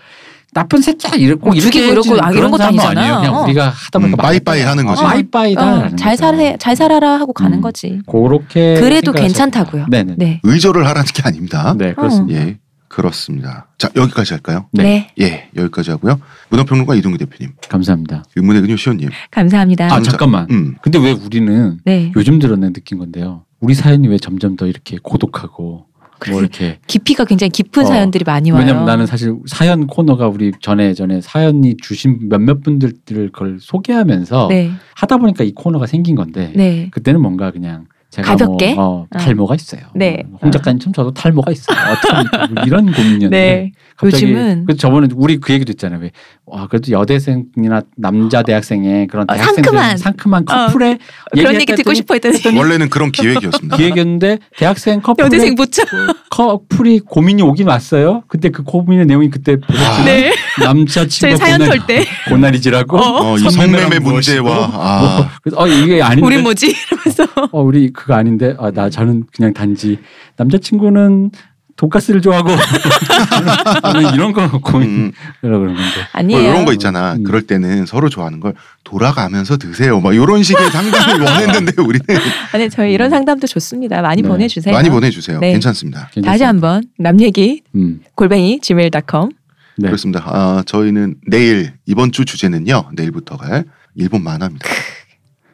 B: 나쁜 새끼야 이렇게 꼭
C: 어,
B: 이렇게
C: 죽이고 이러고
B: 해야지
C: 아,
B: 그런
C: 이런 것도
B: 사람은
C: 아니잖아.
B: 아니에요. 그냥
C: 어.
B: 우리가 아, 하다
A: 음,
B: 보니까
A: 빠이빠이 하는 거지
B: 빠이빠이다.
C: 어, 잘 살해 잘 살아라 하고 가는
B: 음.
C: 거지.
B: 그렇게
C: 그래도
B: 생각하셨구나.
C: 괜찮다고요.
B: 네네. 네.
C: 네. 어.
A: 의절을 하라는 게 아닙니다
B: 그렇습니다.
A: 예 그렇습니다 자 여기까지 할까요
B: 네.
C: 네.
A: 예 여기까지 하고요 문화평론가 이동규 대표님
B: 감사합니다.
A: 의문의 근요 시원님
C: 감사합니다.
B: 아
A: 감사-
B: 잠깐만.
A: 음
B: 근데 왜 우리는
C: 네.
B: 요즘 들어내 느낀 건데요. 우리 사연이 왜 점점 더 이렇게 고독하고 뭐
C: 그래서
B: 이렇게
C: 깊이가 굉장히 깊은
B: 어,
C: 사연들이 많이 와요.
B: 왜냐면 나는 사실 사연 코너가 우리 전에 전에 사연이 주신 몇몇 분들을 그걸 소개하면서
C: 네.
B: 하다 보니까 이 코너가 생긴 건데
C: 네.
B: 그때는 뭔가 그냥 제가
C: 가볍게?
B: 뭐, 어,
C: 어.
B: 탈모가 있어요.
C: 네.
B: 홍 작가님처럼 저도 탈모가 있어요. 어떻게 이런 고민이었는데
C: 네.
B: 갑자기
C: 요즘은-
B: 그 저번에 우리 그 얘기도 했잖아요. 왜, 와 그래도 여대생이나 남자 대학생의 그런
C: 어,
B: 대학생들
C: 상큼한.
B: 상큼한
C: 어,
B: 커플의
C: 그런 얘기 듣고
B: 했더니
C: 싶어 했더니
A: 원래는 그런 기획이었습니다
B: 그 얘기였는데 대학생 커플의
C: 여대생 붙여.
B: 커플이 고민이 오긴 왔어요. 근데 그 고민의 내용이 그때 보셨지만
C: 네.
B: 남자 아,
C: 저희
B: 친구가
C: 사연
B: 고난,
C: 털때
B: 고난이지라고.
C: 어.
A: 어, 이
B: 선배랑 뭐
A: 성매매
B: 무엇이고,
A: 문제와 아
B: 뭐, 그래서 어 이게 아닌데.
C: 우리 뭐지 이러면서
B: 어 우리 그거 아닌데. 아 나 저는 그냥 단지 남자친구는 돈가스를 좋아하고 저는, 저는 이런 거
A: 음.
B: 고민이라 그런
A: 뭐
B: 건데.
C: 아니에요.
A: 이런 거 있잖아.
B: 음.
A: 그럴 때는 서로 좋아하는 걸 돌아가면서 드세요. 막 이런 식의 상담을 원했는데 우리는
C: 아니 저희 이런 상담도 좋습니다. 많이
B: 네.
C: 보내주세요.
A: 많이 보내주세요.
C: 네.
A: 괜찮습니다.
C: 다시 한번 남 얘기
B: 음.
C: 골뱅이 gmail.com
B: 네.
A: 그렇습니다. 아, 저희는 내일 이번 주 주제는요. 내일부터 갈 일본 만화입니다.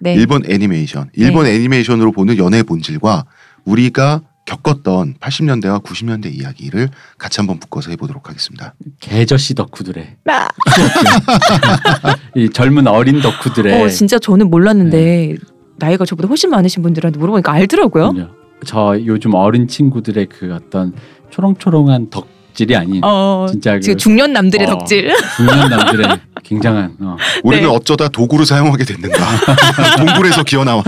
C: 네.
A: 일본 애니메이션. 일본 애니메이션으로 보는 연애 본질과 우리가 겪었던 80년대와 90년대 이야기를 같이 한번 묶어서 해보도록 하겠습니다.
B: 개저씨 덕후들의
C: 아!
B: 이 젊은 어린 덕후들의
C: 어, 진짜 저는
B: 네.
C: 몰랐는데 나이가 저보다 훨씬 많으신 분들한테 물어보니까 알더라고요.
B: 그럼요. 저 요즘 어린 친구들의 그 어떤 초롱초롱한 덕질이 아닌
C: 어,
B: 진짜 그
C: 지금 중년 남들의
B: 어.
C: 덕질.
B: 중년 남들의 굉장한 어.
A: 우리는
C: 네.
A: 어쩌다 도구를 사용하게 됐는가. 동굴에서 기어나와.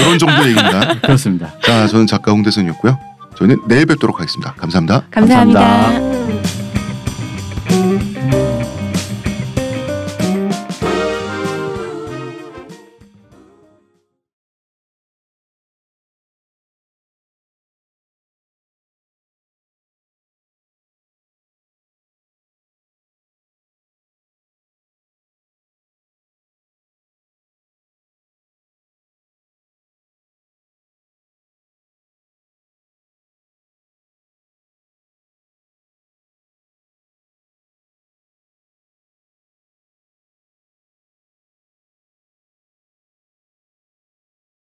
A: 이런 정도 얘기입니다.
B: 그렇습니다.
A: 자, 저는 작가 홍대선이었고요. 저희는 내일 뵙도록 하겠습니다. 감사합니다.
C: 감사합니다.
B: 감사합니다.